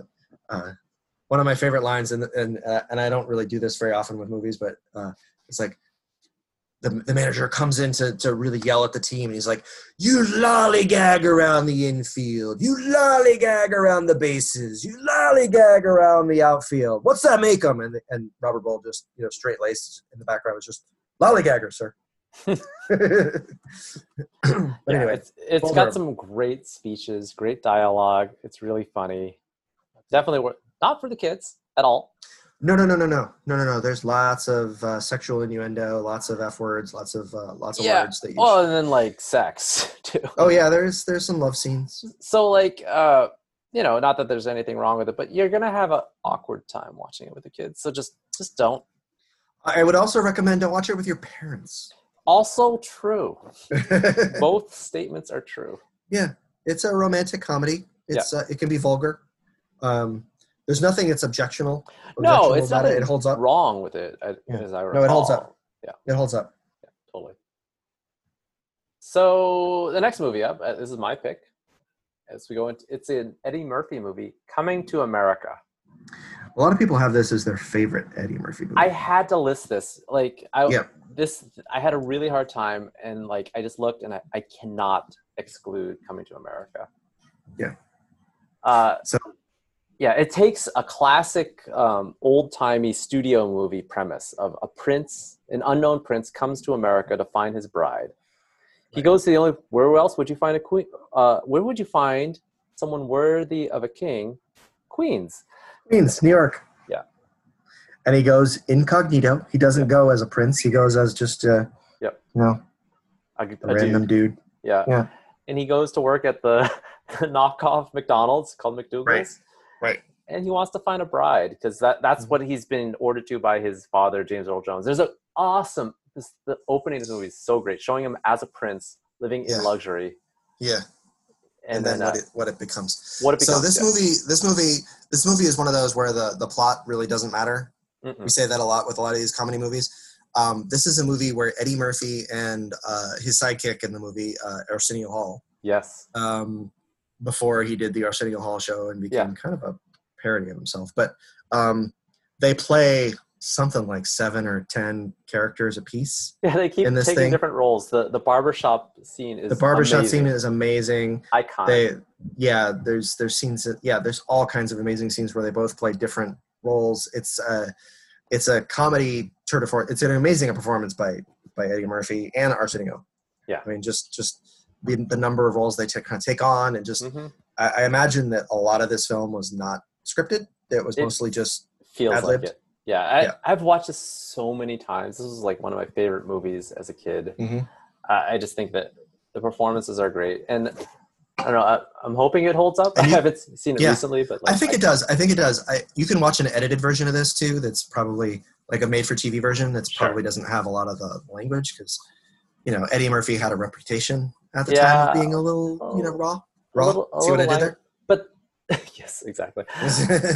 A: uh, one of my favorite lines, and and uh, and I don't really do this very often with movies, but uh, it's like the the manager comes in to to really yell at the team, and he's like, "You lollygag around the infield, you lollygag around the bases, you lollygag around the outfield. What's that make 'em?" And and Robert Ball just you know straight laced in the background was just lollygagger, sir. *clears throat* but
B: yeah,
A: anyway,
B: it's it's
A: Bull
B: got
A: Durham.
B: some great speeches, great dialogue. It's really funny. Definitely worth not for the kids at all.
A: No, no, no, no, no, no, no, no. There's lots of uh, sexual innuendo, lots of f words, lots of uh, lots of
B: Yeah.
A: words that you.
B: Well, and then like sex *laughs* too.
A: oh yeah, there's there's some love scenes.
B: so like uh you know not that there's anything wrong with it but you're gonna have a awkward time watching it with the kids so just just don't
A: I would also recommend don't watch it with your
B: *laughs*
A: parents.
B: also true both statements are true
A: it's a romantic comedy. It's uh, it can be vulgar. Um, there's nothing that's objectional.
B: no
A: objectionable
B: it's
A: about
B: not
A: it. It holds up.
B: wrong with it I-
A: Uh, Yeah.
B: as i recall.
A: No, it holds up. It holds up.
B: totally so the next movie up uh, this is my pick as we go into it's an eddie murphy movie coming to america
A: A lot of people have this as their favorite Eddie Murphy movie.
B: I had to list this. Like I
A: Yeah.
B: this I had a really hard time and like I just looked and I, I cannot exclude coming to America.
A: Yeah.
B: Uh
A: So-
B: yeah, it takes a classic um, old-timey studio movie premise of a prince, an unknown prince comes to America to find his bride. He
A: Right.
B: goes to the only where else would you find a queen uh, where would you find someone worthy of a king? Queens.
A: Queens, New York.
B: Yeah.
A: And he goes incognito. He doesn't go as a prince. He goes as just a
B: Yep.
A: you know
B: A, a dude.
A: a random dude.
B: Yeah.
A: Yeah.
B: And he goes to work at the *laughs* knockoff McDonald's called McDougal's.
A: Right. Right.
B: And he wants to find a bride because that,
A: Mm-hmm.
B: that's what he's been ordered to by his father, James Earl Jones. There's an awesome, this, the opening of the movie is so great, showing him as a prince living
A: Yeah.
B: in luxury.
A: Yeah.
B: And,
A: and
B: then,
A: then, what,
B: uh,
A: it, what it becomes.
B: what it
A: so
B: becomes,
A: this
B: yeah.
A: movie, this movie, this movie is one of those where the the plot really doesn't matter. We
B: mm-mm.
A: say that a lot with a lot of these comedy movies. Um, this is a movie where Eddie Murphy and uh, his sidekick in the movie, uh, Arsenio Hall,
B: yes. *laughs*
A: um, before he did the Arsenio Hall show and became kind of a parody of himself. But um, they play something like seven or ten characters a piece.
B: Yeah, they keep
A: in this
B: taking
A: thing-
B: different roles. The the barbershop scene is
A: the barbershop
B: amazing.
A: scene is amazing.
B: icon.
A: they yeah there's there's scenes that yeah there's all kinds of amazing scenes where they both play different roles it's uh it's a comedy tour de force it's an amazing performance by by eddie murphy and arsenio
B: Yeah.
A: i mean just just the, the number of roles they take kind of take on and just
B: Mhm.
A: I, I imagine that a lot of this film was not scripted it was
B: It-
A: mostly just
B: Feels
A: ad-libbed.
B: like it. Yeah, I,
A: Yeah.
B: I've watched this so many times. This was like one of my favorite movies as a kid.
A: Mhm.
B: I, I just think that the performances are great, and I don't know. I, I'm hoping it holds up. I
A: And you-
B: haven't seen it
A: yeah.
B: recently, but like,
A: i think it does i think it does I, you can watch an edited version of this too that's probably like a made for tv version that's
B: Sure.
A: probably doesn't have a lot of the language because you know eddie murphy had a reputation at the time
B: Yeah.
A: of being a little you know
B: Oh.
A: raw
B: A
A: raw
B: little- a
A: see what i
B: little
A: did there
B: but *laughs* yes, exactly.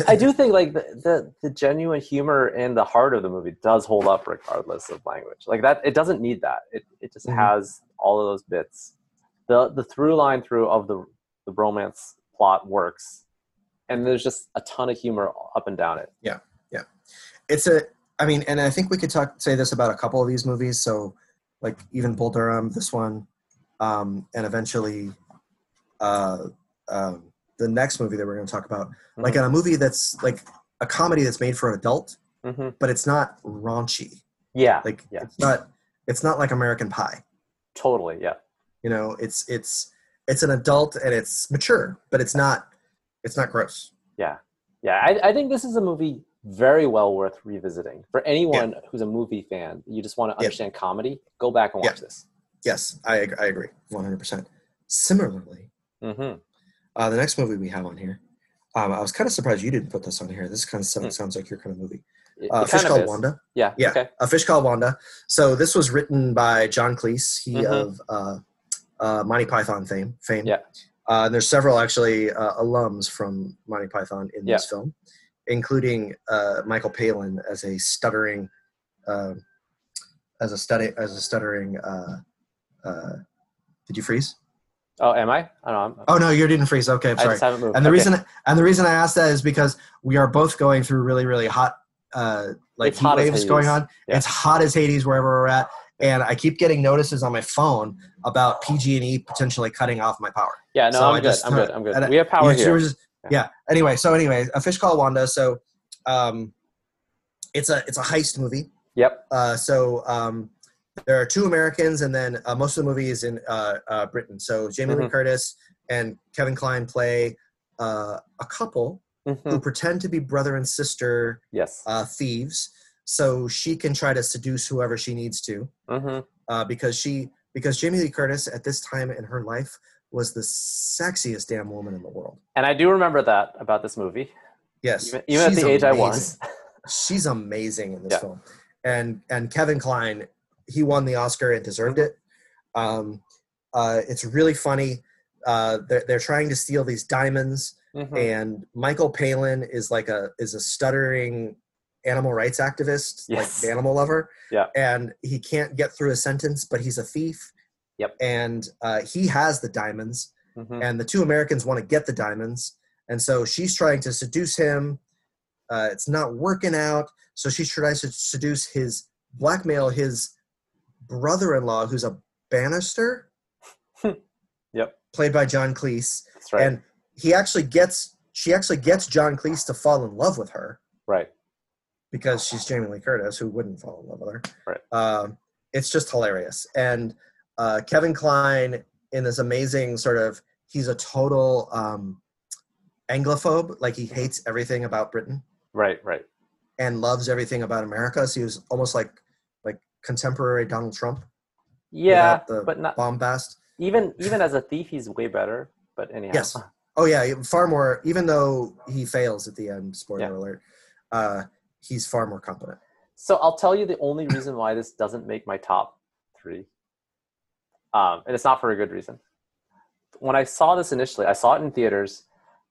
B: I do think like the, the the genuine humor and the heart of the movie does hold up regardless of language. Like that, it doesn't need that. It it just
A: Mhm.
B: has all of those bits. the The through line through of the the romance plot works, and there's just a ton of humor up and down it.
A: *laughs* it's a i mean and i think we could talk say this about a couple of these movies so like even bull durham this one um and eventually uh um the next movie that we're going to talk about
B: Hmm.
A: like in a movie that's like a comedy that's made for an adult
B: hmm
A: but it's not raunchy
B: Yeah,
A: like
B: Yeah.
A: it's not it's not like american pie
B: totally. Yeah,
A: you know it's it's it's an adult and it's mature but it's not it's not gross
B: yeah. I, I think this is a movie very well worth revisiting for anyone who's a movie fan. You just want to
A: Yeah.
B: understand comedy. Go back and
A: Yeah.
B: watch this.
A: yes i, ag- I agree 100% similarly
B: Mm-hmm.
A: uh, the next movie we have on here um, i was kind of surprised you didn't put this on here this kind of sounds, sounds like your kind of movie
B: Hmm. It,
A: uh,
B: it
A: fish
B: kind of
A: called
B: is.
A: wanda
B: Yeah.
A: Yeah.
B: Okay.
A: a fish called wanda so this was written by john cleese he
B: Mhm.
A: of uh, uh, monty python fame fame
B: Yeah.
A: uh, and there's several actually uh, alums from monty python in this film including uh, michael palin as a stuttering uh, as a study as a stuttering uh, uh, did you freeze
B: Oh, am I? I don't know. I'm,
A: oh no you didn't freeze okay i'm
B: I
A: sorry
B: just haven't moved.
A: and the
B: Okay.
A: reason and the reason I asked that is because we are both going through really really hot uh, like
B: It's
A: heat
B: hot as
A: waves going
B: Hades.
A: on.
B: Yeah.
A: It's hot as Hades wherever we're at, and I keep getting notices on my phone about PG and E potentially cutting off my power.
B: yeah, no,
A: so I
B: I'm, good.
A: just
B: I'm
A: thought-
B: good. I'm good.
A: and I-
B: We have power
A: You- you were
B: here.
A: just-
B: Yeah.
A: yeah. Anyway, so anyway, a fish called Wanda. So, um, it's a it's a heist movie.
B: Yep.
A: Uh, so um, there are two Americans, and then uh, most of the movie is in uh, uh, Britain. So Jamie Lee
B: Mhm.
A: Curtis and Kevin Klein play uh, a couple
B: hmm
A: who pretend to be brother and sister
B: Yes.
A: uh, thieves, so she can try to seduce whoever she needs to,
B: hmm
A: uh, because she because Jamie Lee Curtis at this time in her life was the sexiest damn woman in the world.
B: And I do remember that about this movie,
A: Yes,
B: even, even at
A: she's
B: the age I
A: amazing.
B: was.
A: she's amazing in this
B: Yeah.
A: film, and and Kevin Klein, he won the Oscar and deserved it. Um, uh, it's really funny. Uh, they're, they're trying to steal these diamonds
B: Mhm.
A: and Michael Palin is like a is a stuttering animal rights activist,
B: Yes.
A: like animal lover.
B: Yeah.
A: And he can't get through a sentence, but he's a thief.
B: Yep.
A: And uh, he has the diamonds,
B: Mhm.
A: and the two Americans want to get the diamonds, and so she's trying to seduce him. Uh, it's not working out, so she tries to seduce his blackmail his brother-in-law, who's a Bannister.
B: *laughs* Yep.
A: Played by John Cleese
B: That's right.
A: and he actually gets she actually gets John Cleese to fall in love with her
B: right.
A: because she's Jamie Lee Curtis, who wouldn't fall in love with her.
B: Right.
A: Um, it's just hilarious, and uh, Kevin Klein in this amazing sort of he's a total um, Anglophobe, like he hates everything about Britain
B: Right. Right.
A: and loves everything about America. So he was almost like like contemporary Donald Trump,
B: Yeah,
A: without the
B: but not
A: bombast.
B: even even as a thief, he's way better. But anyhow,
A: Yes. Oh yeah, far more. Even though he fails at the end, spoiler
B: Yeah.
A: alert, uh, he's far more competent.
B: *laughs* So I'll tell you the only reason why this doesn't make my top three, um, and it's not for a good reason. When I saw this initially, I saw it in theaters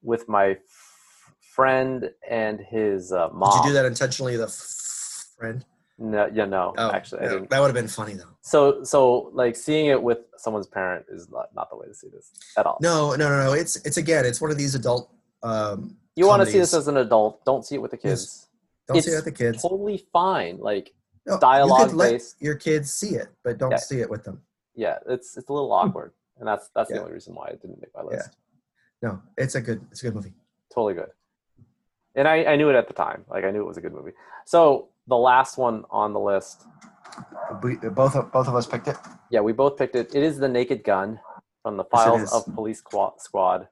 B: with my f- friend and his uh, mom.
A: Did you do that intentionally, the f- friend?
B: No, yeah, no,
A: Oh,
B: actually, I
A: yeah,
B: didn't.
A: that would have been funny though.
B: So, so like seeing it with someone's parent is not, not the way to see this at all.
A: No, no, no, no. It's it's again, it's one of these adult. Um,
B: you want to see this
A: comedies.
B: as an adult. Don't see it with the
A: Yes.
B: kids.
A: don't see it
B: it's
A: with the kids.
B: Totally fine. Like
A: No, you could
B: dialogue
A: let
B: based.
A: your kids see it, but don't
B: Yeah.
A: see it with them.
B: Yeah, it's it's a little awkward, and that's that's
A: Hmm. Yeah.
B: the only reason why it didn't make my
A: Yeah.
B: list.
A: No, it's a good it's a good movie.
B: totally good and I, I knew it at the time like i knew it was a good movie so the last one on the list
A: We, both of, both of us picked it.
B: yeah we both picked it it is the naked gun from the
A: Yes, it
B: files
A: is.
B: of police Qua- squad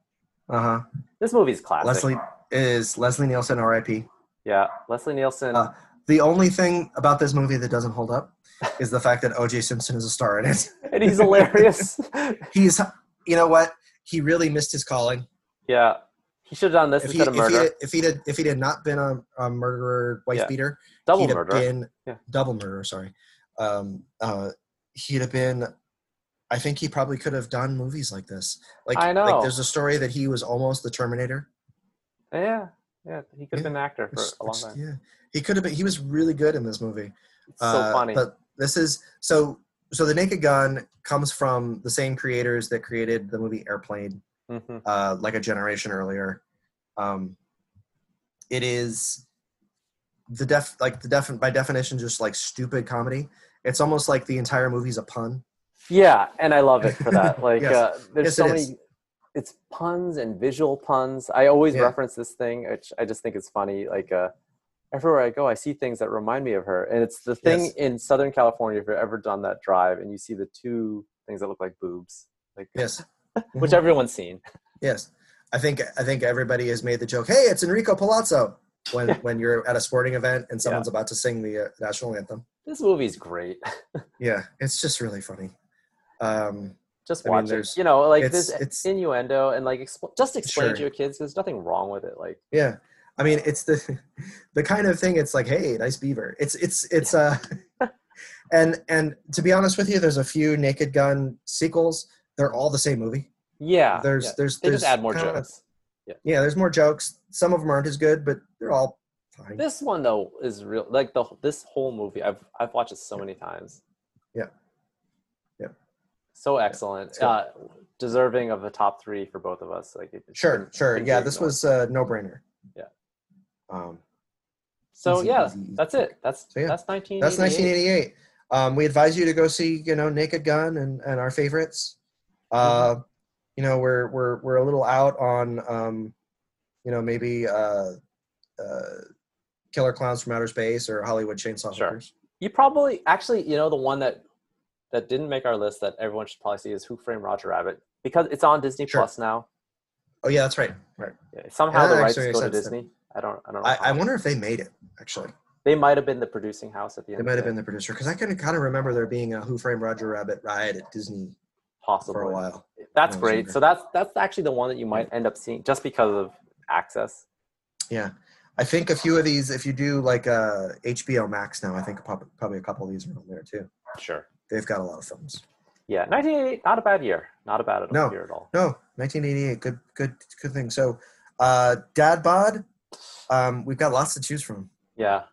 A: Uh huh.
B: this movie's classic
A: Leslie is Leslie Nielsen, R.I.P.
B: yeah leslie nielsen
A: Uh, The only thing about this movie that doesn't hold up is the fact that O.J. Simpson is a star in it. *laughs*
B: and he's hilarious *laughs*
A: He's, you know what? He really missed his calling.
B: yeah he should have done this
A: If he,
B: instead
A: if
B: of
A: he had,
B: murder
A: if he had, if he had not been a, a murderer, wife
B: Yeah.
A: beater,
B: double
A: he'd
B: murder
A: have been
B: Yeah.
A: double murderer. Sorry, um, uh, he'd have been. I think he probably could have done movies like this. Like,
B: I know.
A: like there's a story that he was almost the Terminator.
B: yeah yeah he could have
A: Yeah,
B: been an actor for
A: Which-
B: a long
A: which-
B: time
A: Yeah, he could have been. He was really good in this movie.
B: it's so
A: Uh,
B: funny
A: But this is so. So the Naked Gun comes from the same creators that created the movie Airplane,
B: hmm
A: uh, like a generation earlier. Um, it is the def like the def by definition just like stupid comedy. It's almost like the entire movie's a pun.
B: Yeah, and I love it for
A: *laughs*
B: that. Like,
A: Yes.
B: uh, there's
A: Yes,
B: so
A: it
B: many.
A: is.
B: It's puns and visual puns. I always
A: Yeah.
B: reference this thing, which I just think is funny. Like, uh, everywhere I go, I see things that remind me of her, and it's the thing
A: Yes.
B: in Southern California. If you've ever done that drive, and you see the two things that look like boobs, like
A: Yes,
B: which
A: Mhm.
B: everyone's seen.
A: yes. I think I think everybody has made the joke. Hey, it's Enrico Palazzo
B: *laughs*
A: when when you're at a sporting event and someone's about to sing the uh, national anthem.
B: This movie's great. *laughs*
A: Yeah, it's just really funny. Um,
B: just
A: I mean,
B: watch it.
A: there's-
B: You know, like
A: it's-
B: this
A: it's-
B: innuendo, and like expl- just explain to
A: Sure.
B: your kids. 'cause There's nothing wrong with it. Like,
A: Yeah. I mean, it's the *laughs* the kind of thing. It's like, hey, nice beaver. It's it's it's uh, *laughs* and and to be honest with you, there's a few Naked Gun sequels. They're all the same movie.
B: yeah,
A: There's
B: Ah, yeah.
A: there's
B: they
A: there's
B: just add more
A: kinda-
B: jokes.
A: Yeah, there's more jokes. Some of them aren't as good, but they're all fine.
B: This one though is real. Like the this whole movie, I've I've watched it so many times.
A: Yeah. Yeah.
B: So excellent.
A: It's good.
B: Uh, deserving of the top three for both of us. Like it,
A: Sure, sure.
B: couldn't
A: Yeah,
B: be
A: this
B: ignored.
A: was a no brainer.
B: Yeah.
A: Um,
B: So
A: easy,
B: yeah,
A: easy, easy.
B: that's it. That's
A: So, yeah.
B: that's nineteen.
A: That's 1988. Um, we advise you to go see, you know, Naked Gun and, and our favorites.
B: Mm-hmm.
A: Uh, You know, we're we're we're a little out on, um, you know, maybe uh, uh, Killer Clowns from Outer Space or Hollywood Chainsaw
B: Sure.
A: Hookers.
B: You probably actually you know the one that that didn't make our list that everyone should probably see is Who Framed Roger Rabbit because it's on Disney
A: Sure.
B: Plus now.
A: Oh yeah, that's right. Right.
B: Yeah, Somehow
A: Yeah, that
B: the rights
A: actually
B: go to
A: makes sense
B: Disney. I don't. I don't know.
A: I,
B: how.
A: I wonder if they made it. Actually,
B: they might have been the producing house at the end.
A: they
B: of
A: might have
B: the
A: been
B: day,
A: the producer because I can kind of remember there being a Who Framed Roger Rabbit ride at Disney
B: possibly
A: for a while.
B: That's
A: No, it's
B: great.
A: okay.
B: So that's that's actually the one that you might end up seeing just because of access.
A: Yeah, I think a few of these, if you do like uh, HBO Max now, I think prob- probably a couple of these are on there too.
B: Sure.
A: They've got a lot of films.
B: Yeah, 1988, not a bad year. Not a bad
A: No.
B: year at all.
A: No, 1988. Good, good, good thing. So, uh, Dad Bod, um, we've got lots to choose from.
B: Yeah.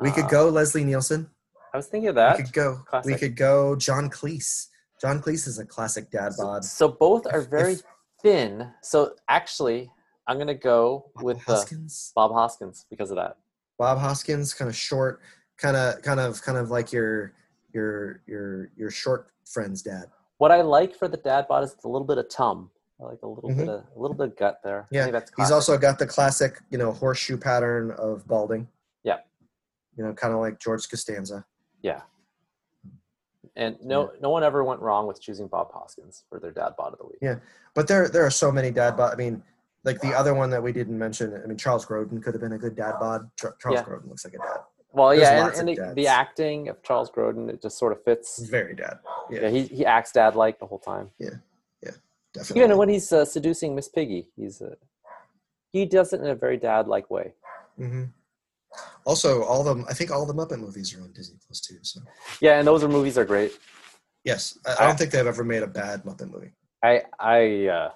A: We
B: Uh,
A: could go Leslie Nielsen.
B: I was thinking of
A: We
B: that.
A: could go. We
B: classic.
A: could go John Cleese. John Cleese is a classic dad bod.
B: So both are
A: If-
B: very
A: if-
B: thin. So actually, I'm gonna go with
A: Bob
B: the
A: Hoskins.
B: Bob Hoskins because of that.
A: Bob Hoskins, kind of short, kind of, kind of, kind of like your, your, your, your short friend's dad.
B: What I like for the dad bod is a little bit of tum. I like a little
A: Mhm.
B: bit of a little bit of gut there. I
A: Yeah,
B: think that's
A: He's
B: classic.
A: also got the classic, you know, horseshoe pattern of balding.
B: Yeah.
A: You know, kind of like George Costanza.
B: yeah. And no, no one ever went wrong with choosing Bob Hoskins for their dad bod of the week.
A: But there, there are so many dad bod. I mean, like the other one that we didn't mention. I mean, Charles Grodin could have been a good dad bod. Char- Charles
B: Yeah.
A: Grodin looks like a dad.
B: Well,
A: There's
B: yeah,
A: lots
B: and, and
A: of
B: the, the
A: dads.
B: acting of Charles Grodin, it just sort of fits.
A: Very dad. Yeah.
B: Yeah, he, he acts dad like the whole time.
A: definitely.
B: Even when he's uh, seducing Miss Piggy, he's uh, he does it in a very dad-like way.
A: hmm Also, all the I think all the Muppet movies are on Disney Plus too. So
B: Yeah, and those are movies are great.
A: yes, I,
B: Oh.
A: I don't think they've ever made a bad Muppet movie.
B: I I uh,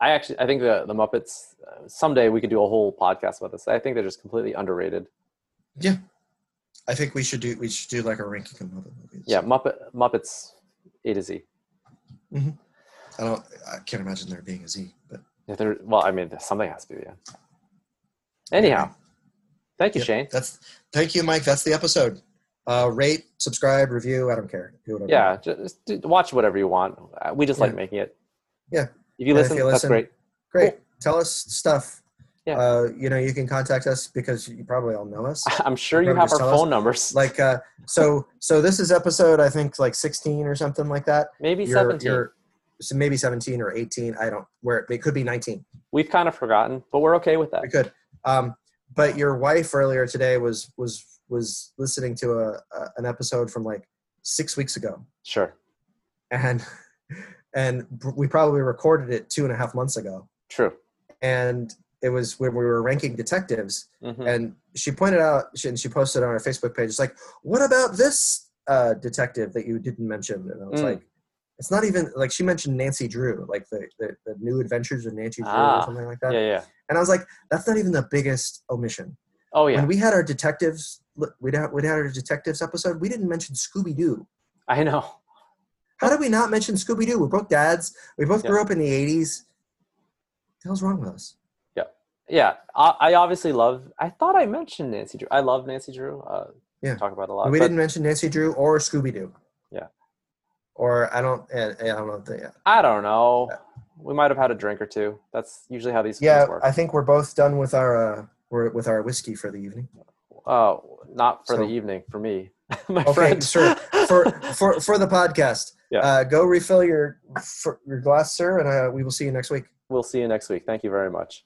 B: I actually I think the the Muppets uh, someday we could do a whole podcast about this. I think they're just completely underrated.
A: I think we should do we should do like a ranking of Muppet movies.
B: Yeah, Muppet Muppets A to Z.
A: I don't. I can't imagine there being a Z. But
B: If there- well, I mean, something has to be. Yeah. Anyhow, thank you,
A: Yep.
B: Shane.
A: that's thank you, Mike. That's the episode. Uh, rate, subscribe, review. I don't care. Do whatever.
B: Yeah, just do- watch whatever you want. Uh, We just like
A: Yeah.
B: making it.
A: Yeah.
B: If
A: And
B: you
A: if
B: listen,
A: you
B: that's
A: listen-
B: great. *laughs*
A: Great. Tell us stuff.
B: Yeah.
A: Uh, you know, you can contact us because you probably all know
B: *laughs*
A: us.
B: I'm sure you
A: Remember,
B: have our
A: just tell us.
B: phone numbers.
A: Like, uh, so so this is episode I think like 16 or something like that.
B: Maybe
A: You're-
B: 17.
A: you're- so maybe 17 or 18. I don't. Where it could be 19.
B: We've kind of forgotten, but we're okay with that.
A: We could. Um, but your wife earlier today was was was listening to a, a an episode from like six weeks ago,
B: Sure.
A: and *laughs* and we probably recorded it two and a half months ago,
B: True.
A: and it was when we were ranking detectives,
B: hmm
A: and she pointed out she- and she posted on our Facebook page, it's like, what about this uh, detective that you didn't mention? And I was
B: Mm.
A: like. It's not even like she mentioned Nancy Drew, like the, the, the new adventures of Nancy Drew
B: Ah,
A: or something like
B: Yeah,
A: that.
B: yeah.
A: And I was like, that's not even the biggest omission.
B: Oh, yeah.
A: When we had our detectives, we'd had, we'd had our detectives episode, we didn't mention Scooby Doo.
B: I know. *laughs*
A: How did we not mention Scooby Doo? We're both dads. We both
B: Yeah.
A: grew up in the 80s. The hell's wrong with us?
B: Yeah. I, I obviously love, I thought I mentioned Nancy Drew. I love Nancy Drew. Uh,
A: Yeah.
B: Talk about it a lot.
A: we
B: but
A: didn't mention Nancy Drew or Scooby Doo.
B: Yeah.
A: Or I don't, I, I don't know. If they, yeah,
B: I don't know. We might have had a drink or two. That's usually how these
A: yeah
B: things work.
A: I think we're both done with our uh, we're, with our whiskey for the
B: *laughs*
A: evening.
B: Uh, not for
A: So-
B: the evening, for me. *laughs* My
A: Okay,
B: friend.
A: sure. For
B: *laughs*
A: for for the podcast,
B: Yeah.
A: uh, go refill your for your glass, sir, and uh, we will see you next week.
B: we'll see you next week. Thank you very much.